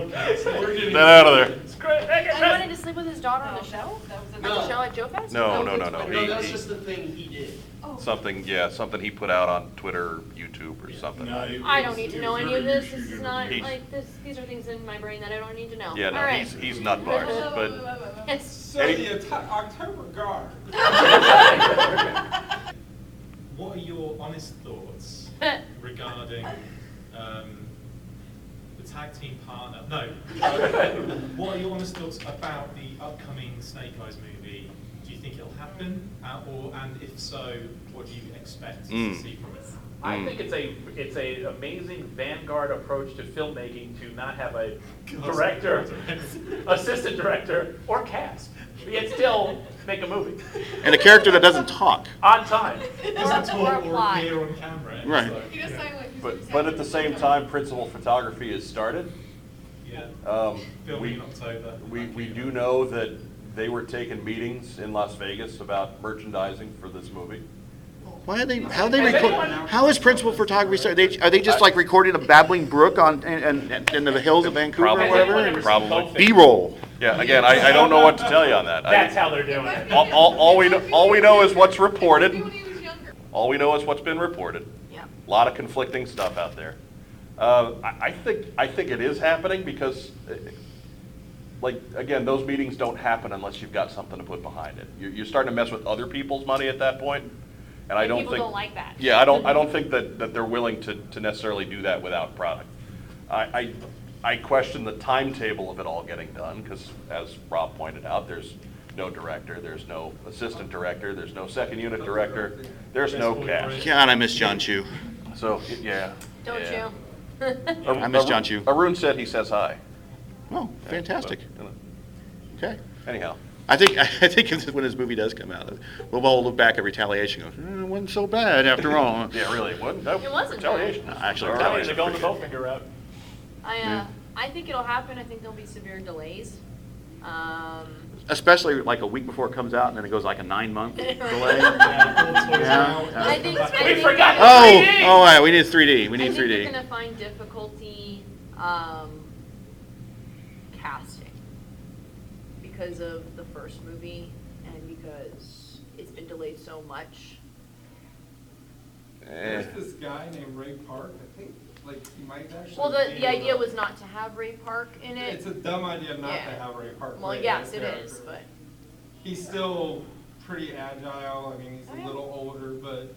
[SPEAKER 2] Get that out of there.
[SPEAKER 1] It's great. Hey,
[SPEAKER 5] I wanted to sleep with his daughter on
[SPEAKER 7] On
[SPEAKER 5] the show?
[SPEAKER 7] That was a
[SPEAKER 5] On the show at Joe Fest?
[SPEAKER 2] No, no, no, no.
[SPEAKER 9] No,
[SPEAKER 2] He-
[SPEAKER 9] that's
[SPEAKER 2] he-
[SPEAKER 9] just the thing he did.
[SPEAKER 2] Something, yeah, something he put out on Twitter, YouTube, or something.
[SPEAKER 5] I don't need to know any of this. This is not,
[SPEAKER 2] He's-
[SPEAKER 5] like, this, these are things in my brain that I don't need to know.
[SPEAKER 2] Yeah,
[SPEAKER 5] All
[SPEAKER 2] no,
[SPEAKER 5] right.
[SPEAKER 2] he's, he's nut bars, but
[SPEAKER 5] Yes.
[SPEAKER 6] So the Oct- October Guard.
[SPEAKER 9] What are your honest thoughts regarding um, the tag team partner? No. what are your honest thoughts about the upcoming Snake Eyes movie? Do you think it'll happen, uh, or and if so, what do you expect
[SPEAKER 11] Mm.
[SPEAKER 9] to see from it?
[SPEAKER 1] I think it's a, it's a amazing vanguard approach to filmmaking to not have a director, assistant director, or cast, yet still make a movie
[SPEAKER 11] And a character that doesn't talk.
[SPEAKER 1] on time.
[SPEAKER 9] Doesn't talk or
[SPEAKER 5] reply.
[SPEAKER 9] appear on camera. It's
[SPEAKER 11] Right.
[SPEAKER 9] like,
[SPEAKER 7] You just
[SPEAKER 9] yeah,
[SPEAKER 7] sign what you
[SPEAKER 2] but
[SPEAKER 7] said.
[SPEAKER 2] but at the same time, principal photography has started.
[SPEAKER 9] yeah.
[SPEAKER 2] Um,
[SPEAKER 9] Filming
[SPEAKER 2] we
[SPEAKER 9] in October.
[SPEAKER 2] we we do know that they were taking meetings in Las Vegas about merchandising for this movie.
[SPEAKER 11] Why are they, how they
[SPEAKER 1] Has
[SPEAKER 11] record,
[SPEAKER 1] anyone-
[SPEAKER 11] how is principal photography, so they, are they just like recording a babbling brook on, and, and, in the hills of Vancouver or
[SPEAKER 2] Probably.
[SPEAKER 1] Has anyone ever
[SPEAKER 11] whatever?
[SPEAKER 1] seen
[SPEAKER 2] Probably.
[SPEAKER 1] Bowfinger?
[SPEAKER 11] B-roll.
[SPEAKER 2] Yeah, again, I, I don't know what to tell you on that. I-
[SPEAKER 1] That's how they're doing it.
[SPEAKER 2] All, all, all we, know- all we know is what's reported.
[SPEAKER 7] When he was younger.
[SPEAKER 2] All we know is what's been reported.
[SPEAKER 5] Yeah.
[SPEAKER 2] A Lot of conflicting stuff out there. Uh, I, I think, I think it is happening because, uh, like, again, those meetings don't happen unless you've got something to put behind it. You're, you're starting to mess with other people's money at that point, and I
[SPEAKER 5] And
[SPEAKER 2] don't think.
[SPEAKER 5] people don't like that.
[SPEAKER 2] Yeah, I don't, I don't think that, that they're willing to, to necessarily do that without product. I, I, I question the timetable of it all getting done, because as Rob pointed out, there's no director, there's no assistant director, there's no second unit director, there's no cast.
[SPEAKER 11] God, I miss John Chu.
[SPEAKER 2] So, yeah.
[SPEAKER 5] Don't
[SPEAKER 2] yeah.
[SPEAKER 5] you?
[SPEAKER 11] I miss John Chu.
[SPEAKER 2] Arun said he says hi.
[SPEAKER 11] Oh, fantastic.
[SPEAKER 2] But, you know,
[SPEAKER 11] Okay.
[SPEAKER 2] Anyhow.
[SPEAKER 11] I think, I think if- when this movie does come out, we'll all look back at retaliation and go, "Eh, it wasn't so bad after all.
[SPEAKER 2] Yeah, really, it wasn't. Nope.
[SPEAKER 5] It wasn't bad.
[SPEAKER 2] Retaliation.
[SPEAKER 11] Actually,
[SPEAKER 2] All right,
[SPEAKER 11] retaliation
[SPEAKER 2] they're
[SPEAKER 11] is
[SPEAKER 2] going
[SPEAKER 11] pretty
[SPEAKER 2] the
[SPEAKER 11] good.
[SPEAKER 2] Bowfinger route.
[SPEAKER 5] I, uh,
[SPEAKER 11] Yeah.
[SPEAKER 5] I think it'll happen. I think there'll be severe delays. Um,
[SPEAKER 11] Especially like a week before it comes out, and then it goes like a nine-month delay. Yeah, yeah.
[SPEAKER 5] I think. I
[SPEAKER 1] We
[SPEAKER 5] think-
[SPEAKER 1] forgot the
[SPEAKER 11] Oh,
[SPEAKER 1] 3D.
[SPEAKER 11] all right, we need 3D, we
[SPEAKER 5] I
[SPEAKER 11] need
[SPEAKER 5] think they're
[SPEAKER 11] 3D.
[SPEAKER 5] gonna find difficulty, um, casting because of the first movie and because it's been delayed so much.
[SPEAKER 2] Eh.
[SPEAKER 6] There's this guy named Ray Park, I think, like, he might actually.
[SPEAKER 5] Well, the,
[SPEAKER 6] be
[SPEAKER 5] the idea
[SPEAKER 6] the-
[SPEAKER 5] was not to have Ray Park in it.
[SPEAKER 6] It's a dumb idea not to
[SPEAKER 5] Yeah.
[SPEAKER 6] have Ray Park
[SPEAKER 5] Well,
[SPEAKER 6] play it
[SPEAKER 5] yes,
[SPEAKER 6] as
[SPEAKER 5] it
[SPEAKER 6] character.
[SPEAKER 5] is, but.
[SPEAKER 6] He's still pretty agile, I mean,
[SPEAKER 5] Oh,
[SPEAKER 6] he's a little older, but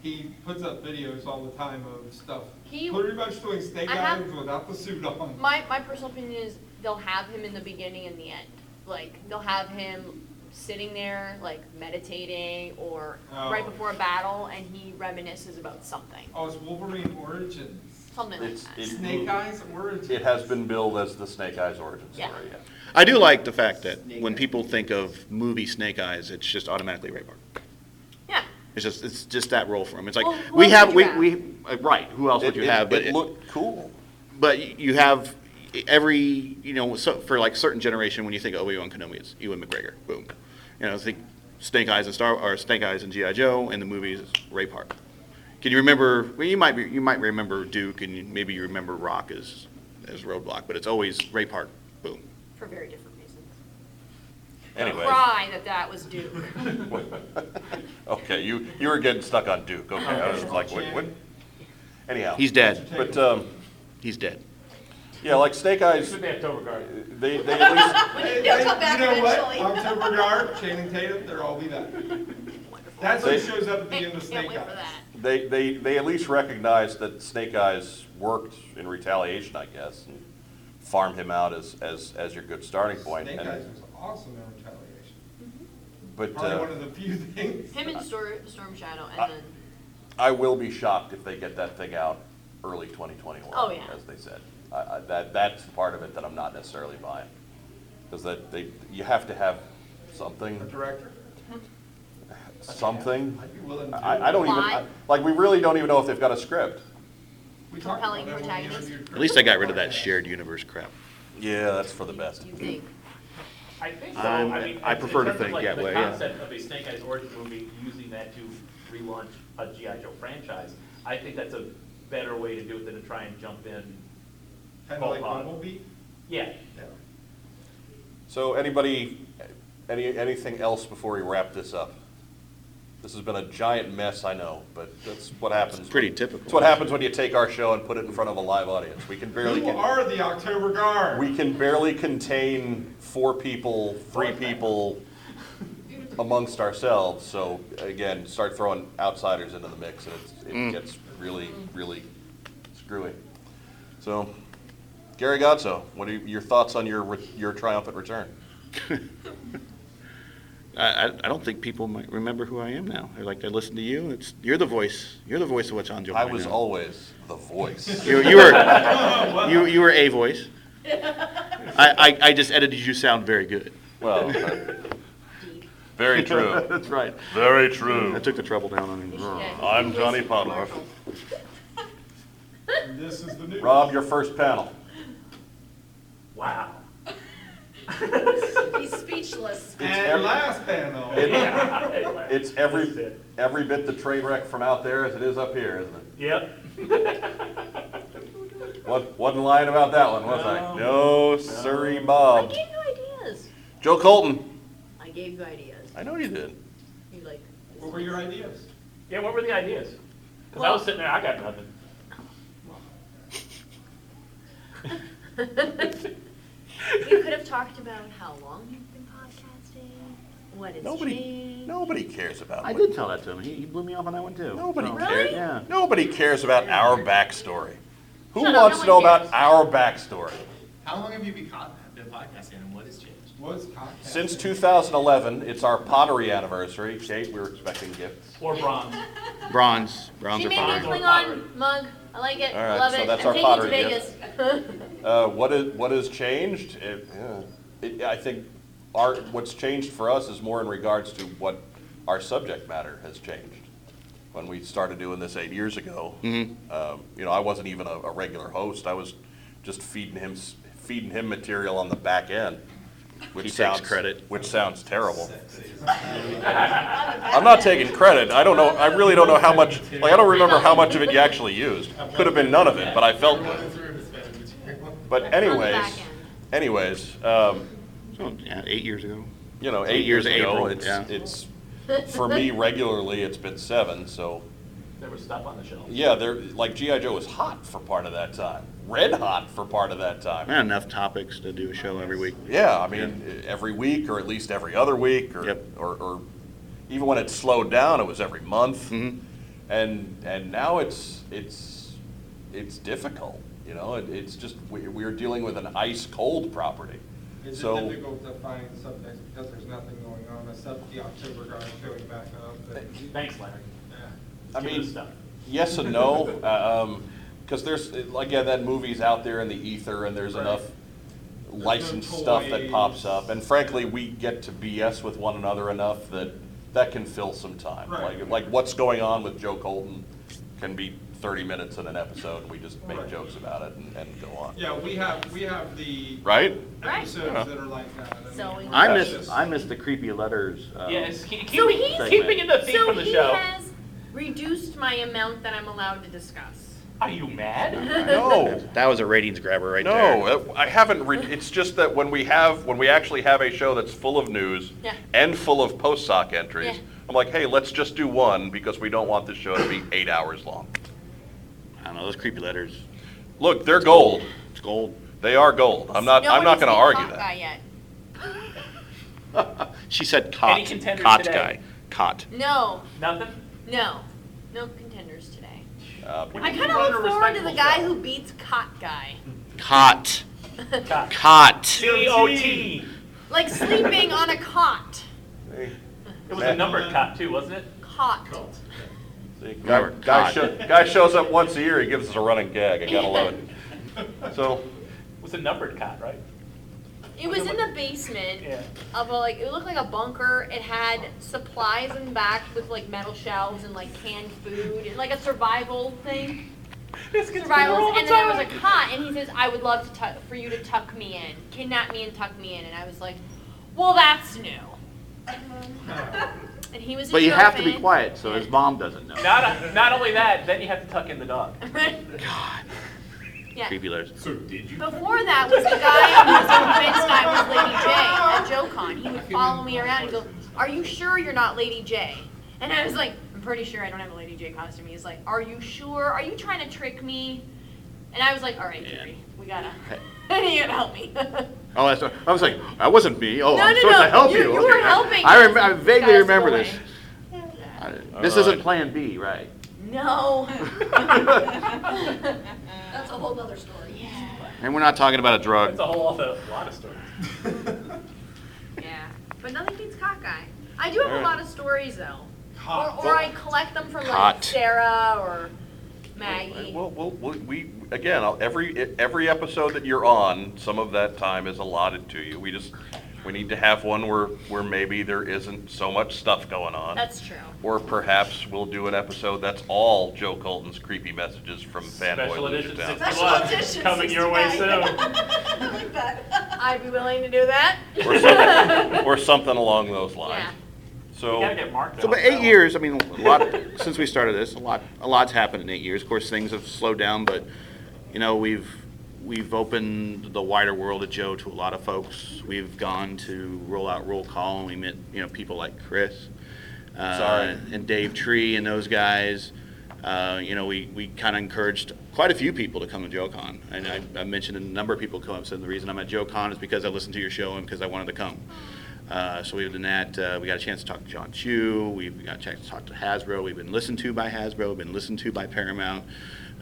[SPEAKER 6] he puts up videos all the time of stuff.
[SPEAKER 5] He-
[SPEAKER 6] Pretty much doing snake
[SPEAKER 5] I have-
[SPEAKER 6] eyes without the suit on.
[SPEAKER 5] My, my personal opinion is they'll have him in the beginning and the end. Like, they'll have him sitting there, like, meditating or right
[SPEAKER 6] Oh.
[SPEAKER 5] before a battle and he reminisces about something.
[SPEAKER 6] Oh, it's Wolverine Origins.
[SPEAKER 5] Something like
[SPEAKER 2] It's-
[SPEAKER 5] that.
[SPEAKER 2] it-
[SPEAKER 6] Snake Eyes Origins.
[SPEAKER 2] It has been billed as the Snake Eyes origin story,
[SPEAKER 5] Yeah.
[SPEAKER 2] yeah.
[SPEAKER 11] I do like the fact that when people think of movie Snake Eyes, it's just automatically Ray Park.
[SPEAKER 5] Yeah.
[SPEAKER 11] It's just, it's just that role for him. It's like,
[SPEAKER 5] Well, who
[SPEAKER 11] we
[SPEAKER 5] else
[SPEAKER 11] have,
[SPEAKER 5] would
[SPEAKER 11] we,
[SPEAKER 5] you have?
[SPEAKER 11] we, uh, right, who else would
[SPEAKER 2] It-
[SPEAKER 11] you
[SPEAKER 2] it-
[SPEAKER 11] have? But
[SPEAKER 2] It looked cool.
[SPEAKER 11] But you have every, you know, so, for like certain generation, when you think of Obi-Wan Kenobi, it's Ewan McGregor, boom. You know, think Snake Eyes and Star, or Snake Eyes and G.I. Joe, and the movies, it's Ray Park. Can you remember, well, you might, be you might remember Duke, and you- maybe you remember Rock as, as Roadblock, but it's always Ray Park, boom.
[SPEAKER 5] For very different reasons.
[SPEAKER 2] Anyway.
[SPEAKER 5] Cry that that was Duke.
[SPEAKER 2] Okay, you, you were getting stuck on Duke, okay, I was like, wait, what? Anyhow.
[SPEAKER 11] He's dead.
[SPEAKER 2] But, um,
[SPEAKER 11] He's dead.
[SPEAKER 2] yeah, like Snake Eyes,
[SPEAKER 1] Should be at Beauregard.
[SPEAKER 2] they, they at least,
[SPEAKER 5] They'll come back
[SPEAKER 6] You know what?
[SPEAKER 5] eventually.
[SPEAKER 6] October guard, Channing Tatum, they're all be back. That's who
[SPEAKER 2] They-
[SPEAKER 6] shows up at the
[SPEAKER 5] Can't
[SPEAKER 6] end of Snake
[SPEAKER 5] wait for
[SPEAKER 6] Eyes.
[SPEAKER 5] that.
[SPEAKER 2] they, they, they at least recognized that Snake Eyes worked in retaliation, I guess, and farmed him out as, as, as your good starting point.
[SPEAKER 6] Snake
[SPEAKER 2] and-
[SPEAKER 6] Eyes was awesome in retaliation.
[SPEAKER 2] But,
[SPEAKER 6] Probably
[SPEAKER 2] uh,
[SPEAKER 6] one of the few things.
[SPEAKER 5] Him and Stor- Storm Shadow
[SPEAKER 2] I-
[SPEAKER 6] Ah,
[SPEAKER 5] and then,
[SPEAKER 2] I will be shocked if they get that thing out early 2021.
[SPEAKER 5] Oh, yeah.
[SPEAKER 2] As they said. I- I- That, that's the part of it that I'm not necessarily buying. Because that, they, you have to have
[SPEAKER 6] A
[SPEAKER 2] something,
[SPEAKER 6] director?
[SPEAKER 2] something.
[SPEAKER 6] I'd be willing to.
[SPEAKER 2] I, I don't even, I-
[SPEAKER 5] Why?
[SPEAKER 2] like, we really don't even know if they've got a script.
[SPEAKER 6] We talked about
[SPEAKER 5] Compelling
[SPEAKER 6] that when we
[SPEAKER 5] protagonist.
[SPEAKER 6] interviewed Chris.
[SPEAKER 11] At least I got rid of that shared universe crap.
[SPEAKER 2] Yeah, that's for the best.
[SPEAKER 5] you think.
[SPEAKER 1] I think so.
[SPEAKER 11] Um,
[SPEAKER 1] I mean,
[SPEAKER 11] I
[SPEAKER 1] in- in
[SPEAKER 11] prefer to
[SPEAKER 1] terms of,
[SPEAKER 11] think
[SPEAKER 1] like,
[SPEAKER 11] that way,
[SPEAKER 1] The
[SPEAKER 11] yeah.
[SPEAKER 1] concept of a Snake Eyes origin movie, using that to relaunch a GI Joe franchise, I think that's a better way to do it than to try and jump in.
[SPEAKER 6] Kind of like
[SPEAKER 1] Bumblebee.
[SPEAKER 6] Bumblebee?
[SPEAKER 1] Yeah.
[SPEAKER 6] Yeah.
[SPEAKER 2] So anybody, any, anything else before we wrap this up? This has been a giant mess, I know, but that's what happens.
[SPEAKER 11] It's pretty
[SPEAKER 2] when-
[SPEAKER 11] typical.
[SPEAKER 2] It's what happens when you take our show and put it in front of a live audience. We can barely
[SPEAKER 6] Who
[SPEAKER 2] get.
[SPEAKER 6] are the October Guard?
[SPEAKER 2] We can barely contain four people, three people amongst ourselves, so again, start throwing outsiders into the mix, and it's, it gets really, really screwy. So, Gary Gatso, what are your thoughts on your, re- your triumphant return?
[SPEAKER 11] I, I I don't think people might remember who I am now. They're like, they listen to you, it's, you're the voice, you're the voice of what's on Joe
[SPEAKER 2] I
[SPEAKER 11] Biden
[SPEAKER 2] was
[SPEAKER 11] now.
[SPEAKER 2] always the voice.
[SPEAKER 11] You, you were, you, you were a voice. I, I, I just edited you sound very good.
[SPEAKER 2] Well, very true,
[SPEAKER 11] That's right.
[SPEAKER 2] very true.
[SPEAKER 11] I took the trouble down on
[SPEAKER 5] They
[SPEAKER 11] you.
[SPEAKER 5] should get-
[SPEAKER 2] Mm. I'm Johnny Podlar.
[SPEAKER 5] Commercial.
[SPEAKER 6] This is the news.
[SPEAKER 2] Rob, your first panel.
[SPEAKER 1] Wow.
[SPEAKER 14] He's speechless.
[SPEAKER 6] And
[SPEAKER 2] every-
[SPEAKER 6] last panel.
[SPEAKER 1] Yeah.
[SPEAKER 2] It's
[SPEAKER 1] That's
[SPEAKER 2] every,
[SPEAKER 1] it.
[SPEAKER 2] every bit the train wreck from out there as it is up here, isn't it?
[SPEAKER 1] Yep.
[SPEAKER 2] What, wasn't lying about that one, was I? No, sorry,
[SPEAKER 6] um,
[SPEAKER 5] I
[SPEAKER 2] Bob.
[SPEAKER 5] gave you ideas.
[SPEAKER 2] Joe Colton.
[SPEAKER 5] I gave you ideas.
[SPEAKER 2] I know you did.
[SPEAKER 5] You like.
[SPEAKER 6] What were your ideas?
[SPEAKER 1] Yeah, what were the ideas? Because I was sitting there, I got nothing.
[SPEAKER 5] You could have talked about how long you've been podcasting, what has
[SPEAKER 2] Nobody,
[SPEAKER 5] changed.
[SPEAKER 2] nobody cares about.
[SPEAKER 11] I
[SPEAKER 2] what-
[SPEAKER 11] did tell that to him. He, he blew me off on that one too.
[SPEAKER 2] Nobody
[SPEAKER 11] So-
[SPEAKER 2] cares.
[SPEAKER 11] Yeah.
[SPEAKER 2] Nobody cares about our backstory. Who
[SPEAKER 5] Shut up,
[SPEAKER 2] wants
[SPEAKER 5] no
[SPEAKER 2] to know
[SPEAKER 5] one
[SPEAKER 2] about
[SPEAKER 5] cares.
[SPEAKER 2] our backstory?
[SPEAKER 10] How long have you been co- been podcasting and what has changed?
[SPEAKER 6] Was cocktail.
[SPEAKER 2] Since 2011, it's our pottery anniversary. Kate, we were expecting gifts.
[SPEAKER 1] Or bronze.
[SPEAKER 11] Bronze, bronze
[SPEAKER 5] She
[SPEAKER 11] or
[SPEAKER 5] made me a
[SPEAKER 11] fine.
[SPEAKER 1] fine.
[SPEAKER 5] Klingon mug. I like it.
[SPEAKER 2] All
[SPEAKER 5] I
[SPEAKER 2] right,
[SPEAKER 5] love
[SPEAKER 2] so
[SPEAKER 5] it.
[SPEAKER 2] that's
[SPEAKER 5] I'm
[SPEAKER 2] our
[SPEAKER 5] taking it to
[SPEAKER 2] pottery
[SPEAKER 5] Vegas.
[SPEAKER 2] Uh, what is, what has changed? It, yeah. It- I think our, what's changed for us is more in regards to what our subject matter has changed. When we started doing this eight years ago,
[SPEAKER 11] Mhm.
[SPEAKER 2] um, you know, I wasn't even a, a regular host. I was just feeding him, s- feeding him material on the back end,
[SPEAKER 11] He
[SPEAKER 2] which
[SPEAKER 11] takes
[SPEAKER 2] sounds.
[SPEAKER 11] credit.
[SPEAKER 2] Which sounds terrible. I'm not taking credit. I don't know, I really don't know how much, like, I don't remember how much of it you actually used. Could have been none of it, but I felt good. But anyways, anyways, um,
[SPEAKER 11] yeah, eight years ago.
[SPEAKER 2] you know, eight years ago, it's, it's, for me regularly, it's been seven, so,
[SPEAKER 1] There was stuff on the shelf.
[SPEAKER 2] yeah, they're, like, GI Joe was hot for part of that time, red hot for part of that time.
[SPEAKER 11] Not enough topics to do a show every week.
[SPEAKER 2] Yeah, I mean, e, every week, or at least every other week, or, or, or even when it slowed down, it was every month. And, and now it's, it's, it's difficult, you know, it, it's just, we, we're dealing with an ice-cold property.
[SPEAKER 6] Is
[SPEAKER 2] So-
[SPEAKER 6] it difficult to find subjects because there's nothing going on except the October guard showing back up? and-
[SPEAKER 1] Thanks, Larry.
[SPEAKER 6] Yeah.
[SPEAKER 2] I
[SPEAKER 1] Give us
[SPEAKER 2] mean,
[SPEAKER 1] stuff.
[SPEAKER 2] yes and no, uh, um, cause there's, like, yeah, that movie's out there in the ether and there's enough licensed stuff that pops up. And frankly, we get to BS with one another enough that that can fill some time.
[SPEAKER 6] Right.
[SPEAKER 2] Like, like what's going on with Joe Colton can be thirty minutes in an episode and we just make
[SPEAKER 6] Right.
[SPEAKER 2] jokes about it and, and go on.
[SPEAKER 6] Yeah, we have, we have the.
[SPEAKER 2] Right?
[SPEAKER 5] Right.
[SPEAKER 2] Yeah.
[SPEAKER 6] Episodes that are like that. I mean,
[SPEAKER 5] So
[SPEAKER 6] we're
[SPEAKER 11] I
[SPEAKER 6] just-
[SPEAKER 11] miss, I miss the creepy letters. uh,
[SPEAKER 1] Yes, keep,
[SPEAKER 5] So he's-
[SPEAKER 1] keeping, keeping in the theme
[SPEAKER 5] So
[SPEAKER 1] from the
[SPEAKER 5] he
[SPEAKER 1] show.
[SPEAKER 5] has reduced my amount that I'm allowed to discuss.
[SPEAKER 1] Are you mad?
[SPEAKER 2] No,
[SPEAKER 11] That was a ratings grabber right there.
[SPEAKER 2] No, that- I haven't, re-
[SPEAKER 5] Mm-hmm.
[SPEAKER 2] it's just that when we have, when we actually have a show that's full of news
[SPEAKER 5] Yeah.
[SPEAKER 2] and full of post-soc entries,
[SPEAKER 5] Yeah.
[SPEAKER 2] I'm like, hey, let's just do one because we don't want this show to be eight hours long.
[SPEAKER 11] I don't know, those creepy letters.
[SPEAKER 2] Look, they're gold.
[SPEAKER 11] It's gold.
[SPEAKER 2] They are gold. I'm not, I'm not going to argue
[SPEAKER 5] Guy
[SPEAKER 2] that.
[SPEAKER 5] yet.
[SPEAKER 11] She said
[SPEAKER 1] Any
[SPEAKER 11] cot,
[SPEAKER 1] contenders
[SPEAKER 11] cot
[SPEAKER 1] today?
[SPEAKER 11] guy, cot.
[SPEAKER 5] No,
[SPEAKER 1] Nothing?
[SPEAKER 5] no, no contenders today.
[SPEAKER 2] Uh,
[SPEAKER 5] I
[SPEAKER 1] you
[SPEAKER 5] kind of
[SPEAKER 1] run
[SPEAKER 5] look
[SPEAKER 1] a
[SPEAKER 5] forward to the
[SPEAKER 1] respectable
[SPEAKER 5] guy
[SPEAKER 1] show.
[SPEAKER 5] who beats Cot Guy.
[SPEAKER 11] Cot,
[SPEAKER 1] Cot.
[SPEAKER 11] cot.
[SPEAKER 1] C-O-T.
[SPEAKER 5] Like sleeping on a cot.
[SPEAKER 1] It was a numbered cot too, wasn't it?
[SPEAKER 5] Cot.
[SPEAKER 2] see,
[SPEAKER 11] Remember,
[SPEAKER 2] Guy, guy
[SPEAKER 11] cot.
[SPEAKER 2] show- guy shows up once a year, he gives us a running gag. I got to love it. So,
[SPEAKER 1] It was a numbered cot, right?
[SPEAKER 5] It was in the basement
[SPEAKER 1] Yeah.
[SPEAKER 5] of a, like, it looked like a bunker. It had supplies in back with like metal shelves and like canned food and like a survival thing.
[SPEAKER 1] This gets better all
[SPEAKER 5] Survivals.
[SPEAKER 1] the
[SPEAKER 5] And then there was
[SPEAKER 1] time.
[SPEAKER 5] a cot and he says, I would love to tuck, for you to tuck me in, kidnap me and tuck me in. And I was like, well, that's new. And he was a
[SPEAKER 11] But you have to be
[SPEAKER 5] German.
[SPEAKER 11] quiet, so his mom doesn't know.
[SPEAKER 1] Not, not only that, then you have to tuck in the dog.
[SPEAKER 5] Yeah.
[SPEAKER 11] Creepy letters.
[SPEAKER 15] So did you?
[SPEAKER 5] Before that was the guy who was convinced I was Lady J at JoeCon. He would follow me around and go, "Are you sure you're not Lady J?" And I was like, "I'm pretty sure I don't have a Lady J costume." He's like, "Are you sure? Are you trying to trick me?" And I was like, "All right, Gary, we gotta, you gotta help me."
[SPEAKER 11] Oh, that's, I was like, that wasn't me. Oh,
[SPEAKER 5] No,
[SPEAKER 11] I'm
[SPEAKER 5] no,
[SPEAKER 11] supposed
[SPEAKER 5] no,
[SPEAKER 11] to help
[SPEAKER 5] you-
[SPEAKER 11] you.
[SPEAKER 5] you
[SPEAKER 11] Okay.
[SPEAKER 5] were helping
[SPEAKER 11] I,
[SPEAKER 5] us.
[SPEAKER 11] rem- I
[SPEAKER 5] You
[SPEAKER 11] vaguely
[SPEAKER 5] guys
[SPEAKER 11] remember
[SPEAKER 5] go
[SPEAKER 11] this.
[SPEAKER 5] away.
[SPEAKER 11] I-
[SPEAKER 2] All
[SPEAKER 11] This
[SPEAKER 2] right.
[SPEAKER 11] isn't Plan B, right?
[SPEAKER 5] no.
[SPEAKER 16] That's a whole nother story.
[SPEAKER 11] And we're not talking about a
[SPEAKER 1] That's
[SPEAKER 11] drug.
[SPEAKER 1] a whole other, lot of stories.
[SPEAKER 5] Yeah, but nothing beats cockeye. I do have a lot of stories though, or,
[SPEAKER 15] Cock.
[SPEAKER 5] or I collect them from like
[SPEAKER 11] Cot.
[SPEAKER 5] Sarah or Maggie.
[SPEAKER 2] Well, well, well, we, again, I'll- every, every episode that you're on, some of that time is allotted to you. We just, we need to have one where, where maybe there isn't so much stuff going on.
[SPEAKER 5] That's true.
[SPEAKER 2] Or perhaps we'll do an episode that's all Joe Colton's creepy messages from
[SPEAKER 1] Special
[SPEAKER 2] fanboy
[SPEAKER 1] edition
[SPEAKER 2] Leisure Town.
[SPEAKER 16] Special
[SPEAKER 1] 61,
[SPEAKER 16] edition
[SPEAKER 1] coming your way
[SPEAKER 16] 69.
[SPEAKER 1] soon.
[SPEAKER 16] I like that.
[SPEAKER 5] I'd be willing to do that.
[SPEAKER 2] Or something, or something along those lines.
[SPEAKER 1] You gotta
[SPEAKER 2] So,
[SPEAKER 1] get marked.
[SPEAKER 11] So, but eight years, I mean, a lot, since we started this, a lot, a lot's happened in eight years. Of course, things have slowed down, but, you know, we've, we've opened the wider world of Joe to a lot of folks. We've gone to roll out roll call, and we met, you know, people like Chris. uh,
[SPEAKER 2] Sorry.
[SPEAKER 11] And Dave Tree and those guys. Uh, you know, we, we kind of encouraged quite a few people to come to JoeCon. And I, I mentioned a number of people come up, said the reason I'm at JoeCon is because I listened to your show and because I wanted to come. Uh, so we've done that. Uh, we got a chance to talk to John Chu. We we got a chance to talk to Hasbro. We've been listened to by Hasbro. We've been listened to by Paramount.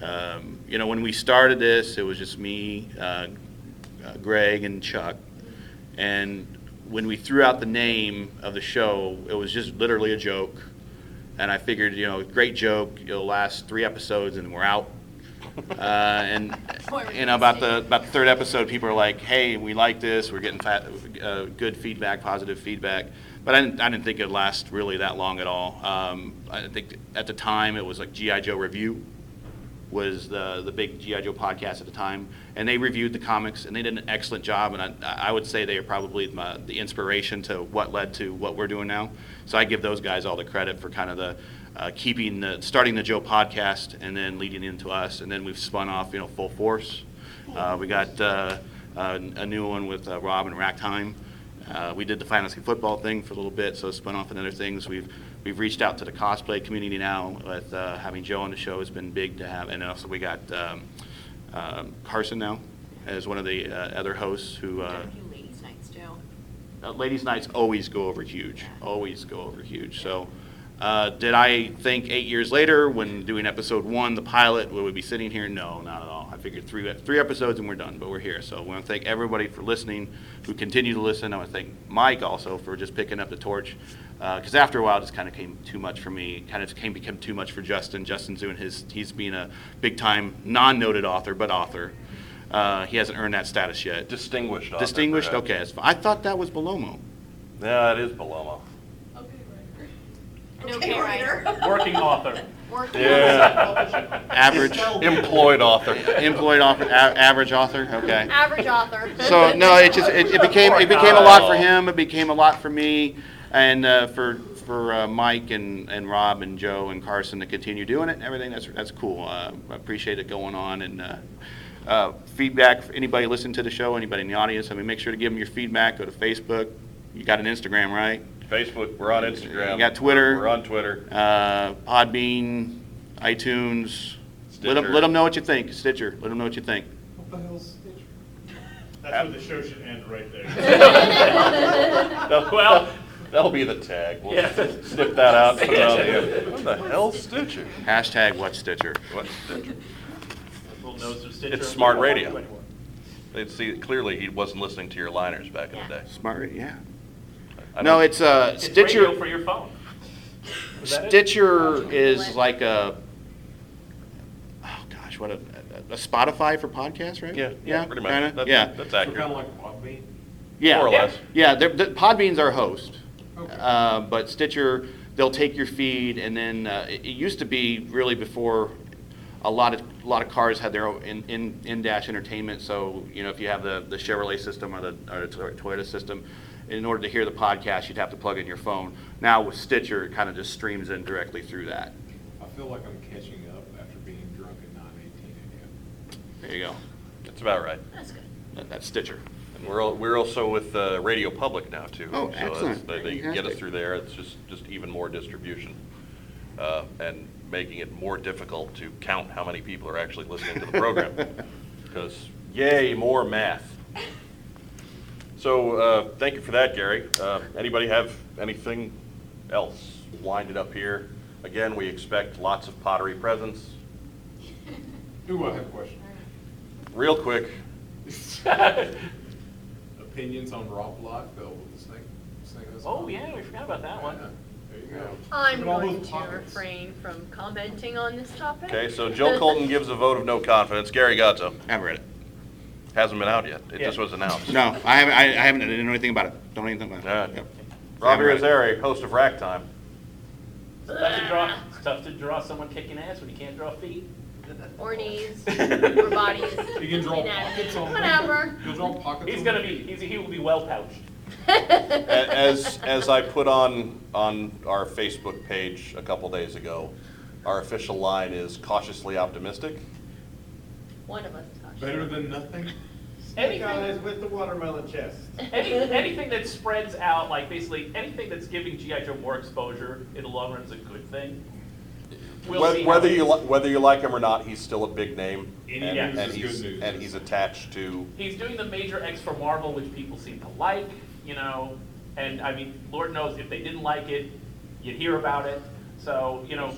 [SPEAKER 11] Um, you know, when we started this, it was just me, uh, uh, Greg, and Chuck. And when we threw out the name of the show, it was just literally a joke. And I figured, you know, great joke. It'll last three episodes, and we're out. Uh, and you know about the about the third episode, people are like, "Hey, we like this. We're getting fa- uh, good feedback, positive feedback." But I didn't, I didn't think it'd last really that long at all. Um, I think at the time it was like GI Joe review was the the big GI Joe podcast at the time, and they reviewed the comics and they did an excellent job. And I I would say they are probably my, the inspiration to what led to what we're doing now. So I give those guys all the credit for kind of the uh, keeping the starting the Joe podcast and then leading into us, and then we've spun off you know full force. Uh, we got uh, uh, a new one with uh, Rob and Racktime. Uh, we did the fantasy football thing for a little bit, so it spun off into other things. We've we've reached out to the cosplay community now. With uh, having Joe on the show has been big to have, and also we got um, um, Carson now as one of the uh, other hosts who. Uh,
[SPEAKER 5] Ladies' nights too.
[SPEAKER 11] uh, ladies' nights always go over huge, always go over huge. So, uh, did I think eight years later, when doing episode one, the pilot, we would be sitting here? No, not at all. I figured three three episodes and we're done, but we're here. So, I want to thank everybody for listening, who continue to listen. I want to thank Mike also for just picking up the torch, because after a while, it just kind of came too much for me. Kind of came become too much for Justin. Justin's doing his he's being a big time non noted author, but author. Uh, he hasn't earned that status yet.
[SPEAKER 2] Distinguished author,
[SPEAKER 11] Distinguished.
[SPEAKER 2] perhaps.
[SPEAKER 11] Okay, that's fi- I thought that was Belomo.
[SPEAKER 2] Yeah, it is Paloma.
[SPEAKER 5] An okay writer.
[SPEAKER 1] Working author.
[SPEAKER 5] Working
[SPEAKER 11] Yeah. Average.
[SPEAKER 2] Employed author.
[SPEAKER 11] Employed author, a- average author, okay.
[SPEAKER 5] Average author.
[SPEAKER 11] So, no, it just, it it became, it became a lot for him, it became a lot for me, and uh, for, for uh, Mike and, and Rob and Joe and Carson to continue doing it and everything, that's, that's cool. Uh, I appreciate it going on, and uh, uh, feedback, for anybody listening to the show, anybody in the audience, I mean, make sure to give them your feedback, go to Facebook, you got an Instagram, right?
[SPEAKER 2] Facebook, we're on Instagram.
[SPEAKER 11] You got Twitter.
[SPEAKER 2] We're on Twitter.
[SPEAKER 11] Uh, Podbean, iTunes. Let them,
[SPEAKER 2] Stitcher.
[SPEAKER 11] know what you think. Stitcher. Let them know what you think.
[SPEAKER 10] What the hell's Stitcher? That's where the show should end, right
[SPEAKER 2] That-
[SPEAKER 10] there.
[SPEAKER 1] Well-
[SPEAKER 2] That'll be the tag. We'll
[SPEAKER 1] Yeah.
[SPEAKER 2] snip that out. Put it on the What the hell, Stitcher?
[SPEAKER 11] Hashtag what Stitcher.
[SPEAKER 2] What Stitcher?
[SPEAKER 1] Little nose of Stitcher.
[SPEAKER 2] It's smart
[SPEAKER 1] We don't
[SPEAKER 2] radio.
[SPEAKER 1] want you anymore.
[SPEAKER 2] They'd see, clearly he wasn't listening to your liners back in the day.
[SPEAKER 11] Smart, yeah.
[SPEAKER 2] I
[SPEAKER 11] No,
[SPEAKER 2] don't-
[SPEAKER 11] it's uh,
[SPEAKER 1] It's
[SPEAKER 11] Stitcher.
[SPEAKER 1] radio for your phone. Is that it?
[SPEAKER 11] Stitcher is like a. Oh gosh, what a, a Spotify for podcasts, right?
[SPEAKER 2] Yeah,
[SPEAKER 11] yeah,
[SPEAKER 2] yeah, pretty much.
[SPEAKER 11] kinda,
[SPEAKER 2] That's-
[SPEAKER 11] yeah,
[SPEAKER 2] That's
[SPEAKER 10] Kind of
[SPEAKER 2] accurate.
[SPEAKER 10] like Podbean.
[SPEAKER 11] yeah,
[SPEAKER 2] More or
[SPEAKER 11] yeah.
[SPEAKER 2] less.
[SPEAKER 11] Yeah, they're, the, Podbean's our host.
[SPEAKER 10] Okay.
[SPEAKER 11] Uh, but Stitcher, they'll take your feed, and then uh, it, it used to be really before a lot of a lot of cars had their own in, in, in dash entertainment. So you know, if you have the, the Chevrolet system or the, or the Toy- Toyota system, in order to hear the podcast, you'd have to plug in your phone. Now with Stitcher, it kind of just streams in directly through that.
[SPEAKER 10] I feel like I'm catching up after being drunk at nine eighteen again.
[SPEAKER 11] There you go.
[SPEAKER 2] That's about right.
[SPEAKER 5] That's good.
[SPEAKER 11] That, that's Stitcher.
[SPEAKER 2] And we're, al- we're also with uh, Radio Public now, too.
[SPEAKER 11] Oh,
[SPEAKER 2] So that's-
[SPEAKER 11] excellent.
[SPEAKER 2] They, they can get us
[SPEAKER 11] Fantastic.
[SPEAKER 2] through there, it's just, just even more distribution, uh, and making it more difficult to count how many people are actually listening to the program. Because yay, more math. So, uh, thank you for that, Gary. Uh, anybody have anything else winded up here? Again, we expect lots of pottery presents.
[SPEAKER 10] Ooh, I have a question.
[SPEAKER 2] Real quick,
[SPEAKER 10] Opinions on Rob Liefeld with the snake, snake husband?
[SPEAKER 1] Oh, yeah, we forgot about that
[SPEAKER 10] Yeah,
[SPEAKER 1] one.
[SPEAKER 10] There you go.
[SPEAKER 5] I'm
[SPEAKER 10] Look at all
[SPEAKER 5] going
[SPEAKER 10] those
[SPEAKER 5] to
[SPEAKER 10] pockets.
[SPEAKER 5] refrain from commenting on this topic.
[SPEAKER 2] okay, so Joe Colton gives a vote of no confidence, Gary Gatto.
[SPEAKER 11] Haven't read it.
[SPEAKER 2] Hasn't been out yet. It just
[SPEAKER 1] Yeah.
[SPEAKER 2] was announced.
[SPEAKER 11] No, I haven't. I, I haven't. I didn't know anything about it. Don't know anything about it.
[SPEAKER 2] Yeah.
[SPEAKER 11] Yep.
[SPEAKER 2] Robbie
[SPEAKER 11] Haven't read it.
[SPEAKER 2] Rosari, host of Rack Time.
[SPEAKER 1] It's tough to draw, it's tough to draw someone kicking ass when you can't draw feet.
[SPEAKER 5] Or knees, or bodies.
[SPEAKER 10] You can draw
[SPEAKER 5] anatomy,
[SPEAKER 10] pockets on.
[SPEAKER 5] Whatever.
[SPEAKER 10] You'll draw pockets.
[SPEAKER 1] He's
[SPEAKER 10] on
[SPEAKER 1] gonna
[SPEAKER 10] the-
[SPEAKER 1] be, he's, he will be well pouched.
[SPEAKER 2] A- As, as I put on, on our Facebook page a couple days ago, our official line is cautiously
[SPEAKER 1] Um,
[SPEAKER 2] optimistic.
[SPEAKER 5] One of us touched.
[SPEAKER 10] Better than nothing?
[SPEAKER 1] Anything,
[SPEAKER 10] with the watermelon chest.
[SPEAKER 1] any, anything that spreads out, like basically, anything that's giving GI Joe more exposure in the long run is a good thing. We'll
[SPEAKER 2] Whe-
[SPEAKER 1] see how
[SPEAKER 2] Whether
[SPEAKER 1] it
[SPEAKER 2] you,
[SPEAKER 1] is.
[SPEAKER 2] li- whether you like him or not, he's still a big name.
[SPEAKER 10] Any
[SPEAKER 2] and-
[SPEAKER 1] news
[SPEAKER 2] and
[SPEAKER 10] is
[SPEAKER 2] he's-
[SPEAKER 10] good news.
[SPEAKER 2] And he's attached to,
[SPEAKER 1] He's doing the major X for Marvel, which people seem to like, you know, and I mean, Lord knows if they didn't like it, you'd hear about it. So, you know,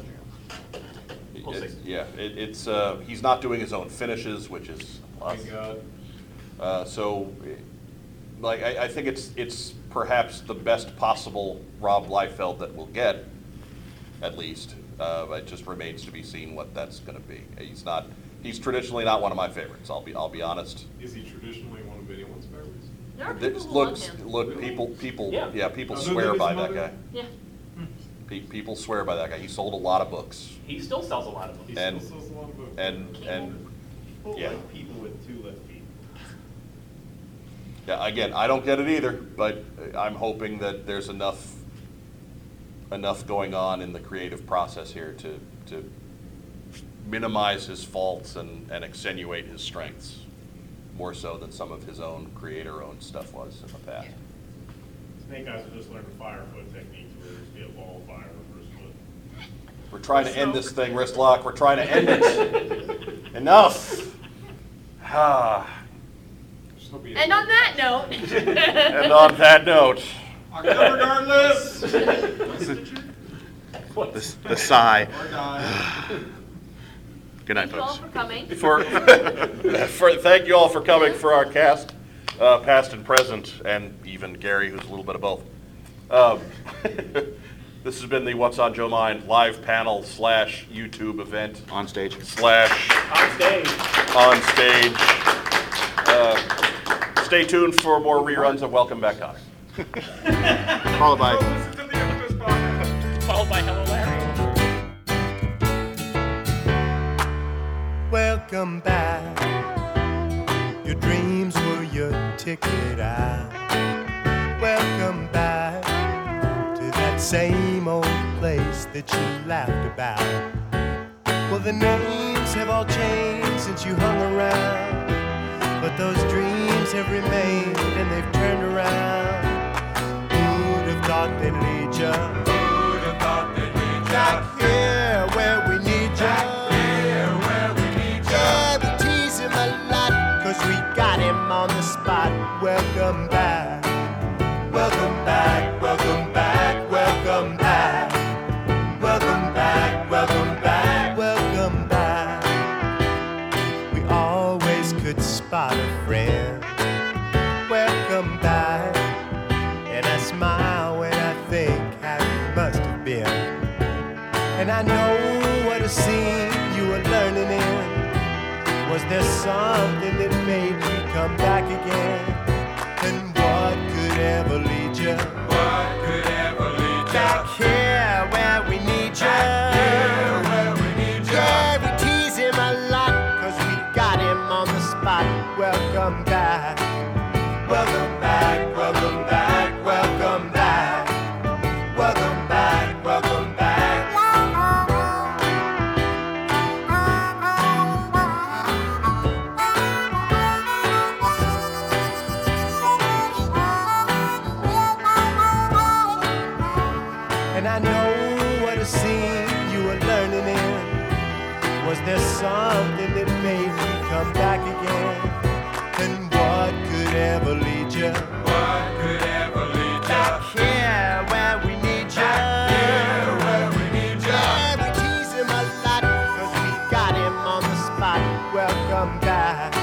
[SPEAKER 1] We'll see.
[SPEAKER 2] it's- yeah, it- it's, uh, he's not doing his own finishes, which is a plus.
[SPEAKER 10] Thank God.
[SPEAKER 2] Uh, So, eh, like, I, I think it's, it's perhaps the best possible Rob Liefeld that we'll get, at least. Uh, It just remains to be seen what that's going to be. He's not, he's traditionally not one of my favorites, I'll be, I'll be honest.
[SPEAKER 9] Is he traditionally one of anyone's favorites?
[SPEAKER 5] There are
[SPEAKER 2] This
[SPEAKER 5] people who love
[SPEAKER 2] looks-
[SPEAKER 5] him.
[SPEAKER 2] Look, people, people,
[SPEAKER 5] Yeah.
[SPEAKER 2] yeah, people
[SPEAKER 9] Other than
[SPEAKER 2] swear
[SPEAKER 9] his
[SPEAKER 2] by that
[SPEAKER 9] mother?
[SPEAKER 2] guy.
[SPEAKER 5] Yeah.
[SPEAKER 2] Pe- People swear by that guy. He sold a lot of books.
[SPEAKER 1] He still sells a lot of books.
[SPEAKER 2] And,
[SPEAKER 9] sells a lot of books.
[SPEAKER 2] and, and, yeah.
[SPEAKER 17] people with two left feet.
[SPEAKER 2] Yeah, again, I don't get it either, but I'm hoping that there's enough, enough going on in the creative process here to, to minimize his faults and, and extenuate his strengths, more so than some of his own creator-owned stuff was in the past.
[SPEAKER 17] Snake eyes will just learn the fire foot technique to where it's be a ball of fire or first foot.
[SPEAKER 2] We're trying to end this thing, wrist lock, we're trying to end it. Enough. Ah.
[SPEAKER 5] And on that note.
[SPEAKER 2] And on that note.
[SPEAKER 6] October Regardless.
[SPEAKER 11] The the sigh.
[SPEAKER 6] Or die.
[SPEAKER 11] Good night,
[SPEAKER 5] Thank you all
[SPEAKER 11] folks.
[SPEAKER 5] for coming.
[SPEAKER 2] For, for, thank you all for coming for our cast, uh, past and present, and even Gary, who's a little bit of both. Um, This has been the What's on Joe Mind live panel slash YouTube event.
[SPEAKER 11] On stage.
[SPEAKER 2] Slash
[SPEAKER 1] On stage.
[SPEAKER 2] on stage. Uh, Stay tuned for more reruns of Welcome Back, Cotter.
[SPEAKER 11] Followed by.
[SPEAKER 1] Followed by Hello Larry.
[SPEAKER 10] Welcome back. Your dreams were your ticket out. Welcome back to that same old place that you laughed about. Well, the names have all changed since you hung around, but those dreams have remained and they've turned around. Who'd have thought they'd lead ya? Who'd have thought they'd lead ya? Back here where we need ya. Back here where we need ya. Yeah, we tease him a lot, cause we got him on the spot. Welcome back. Welcome back, welcome back, welcome back. Welcome back, welcome back, welcome back. We always could spot a friend. Welcome back. And I smile when I think how you must have been. And I know what a scene you were learning in. Was there something that made you come back again? And what could ever lead you? What could ever lead you? Back here where we need you. Back here where we need you. Yeah, we tease him a lot, cause we got him on the spot. Welcome back. Welcome back, welcome back, welcome back. Welcome back, welcome back. And I know what a scene you were learning in. Was there something that made you come back again? And what could ever lead you? What could ever lead you? Back here where we need you. Back here where we need you. Yeah, we tease him a lot 'cause we got him on the spot. Welcome back.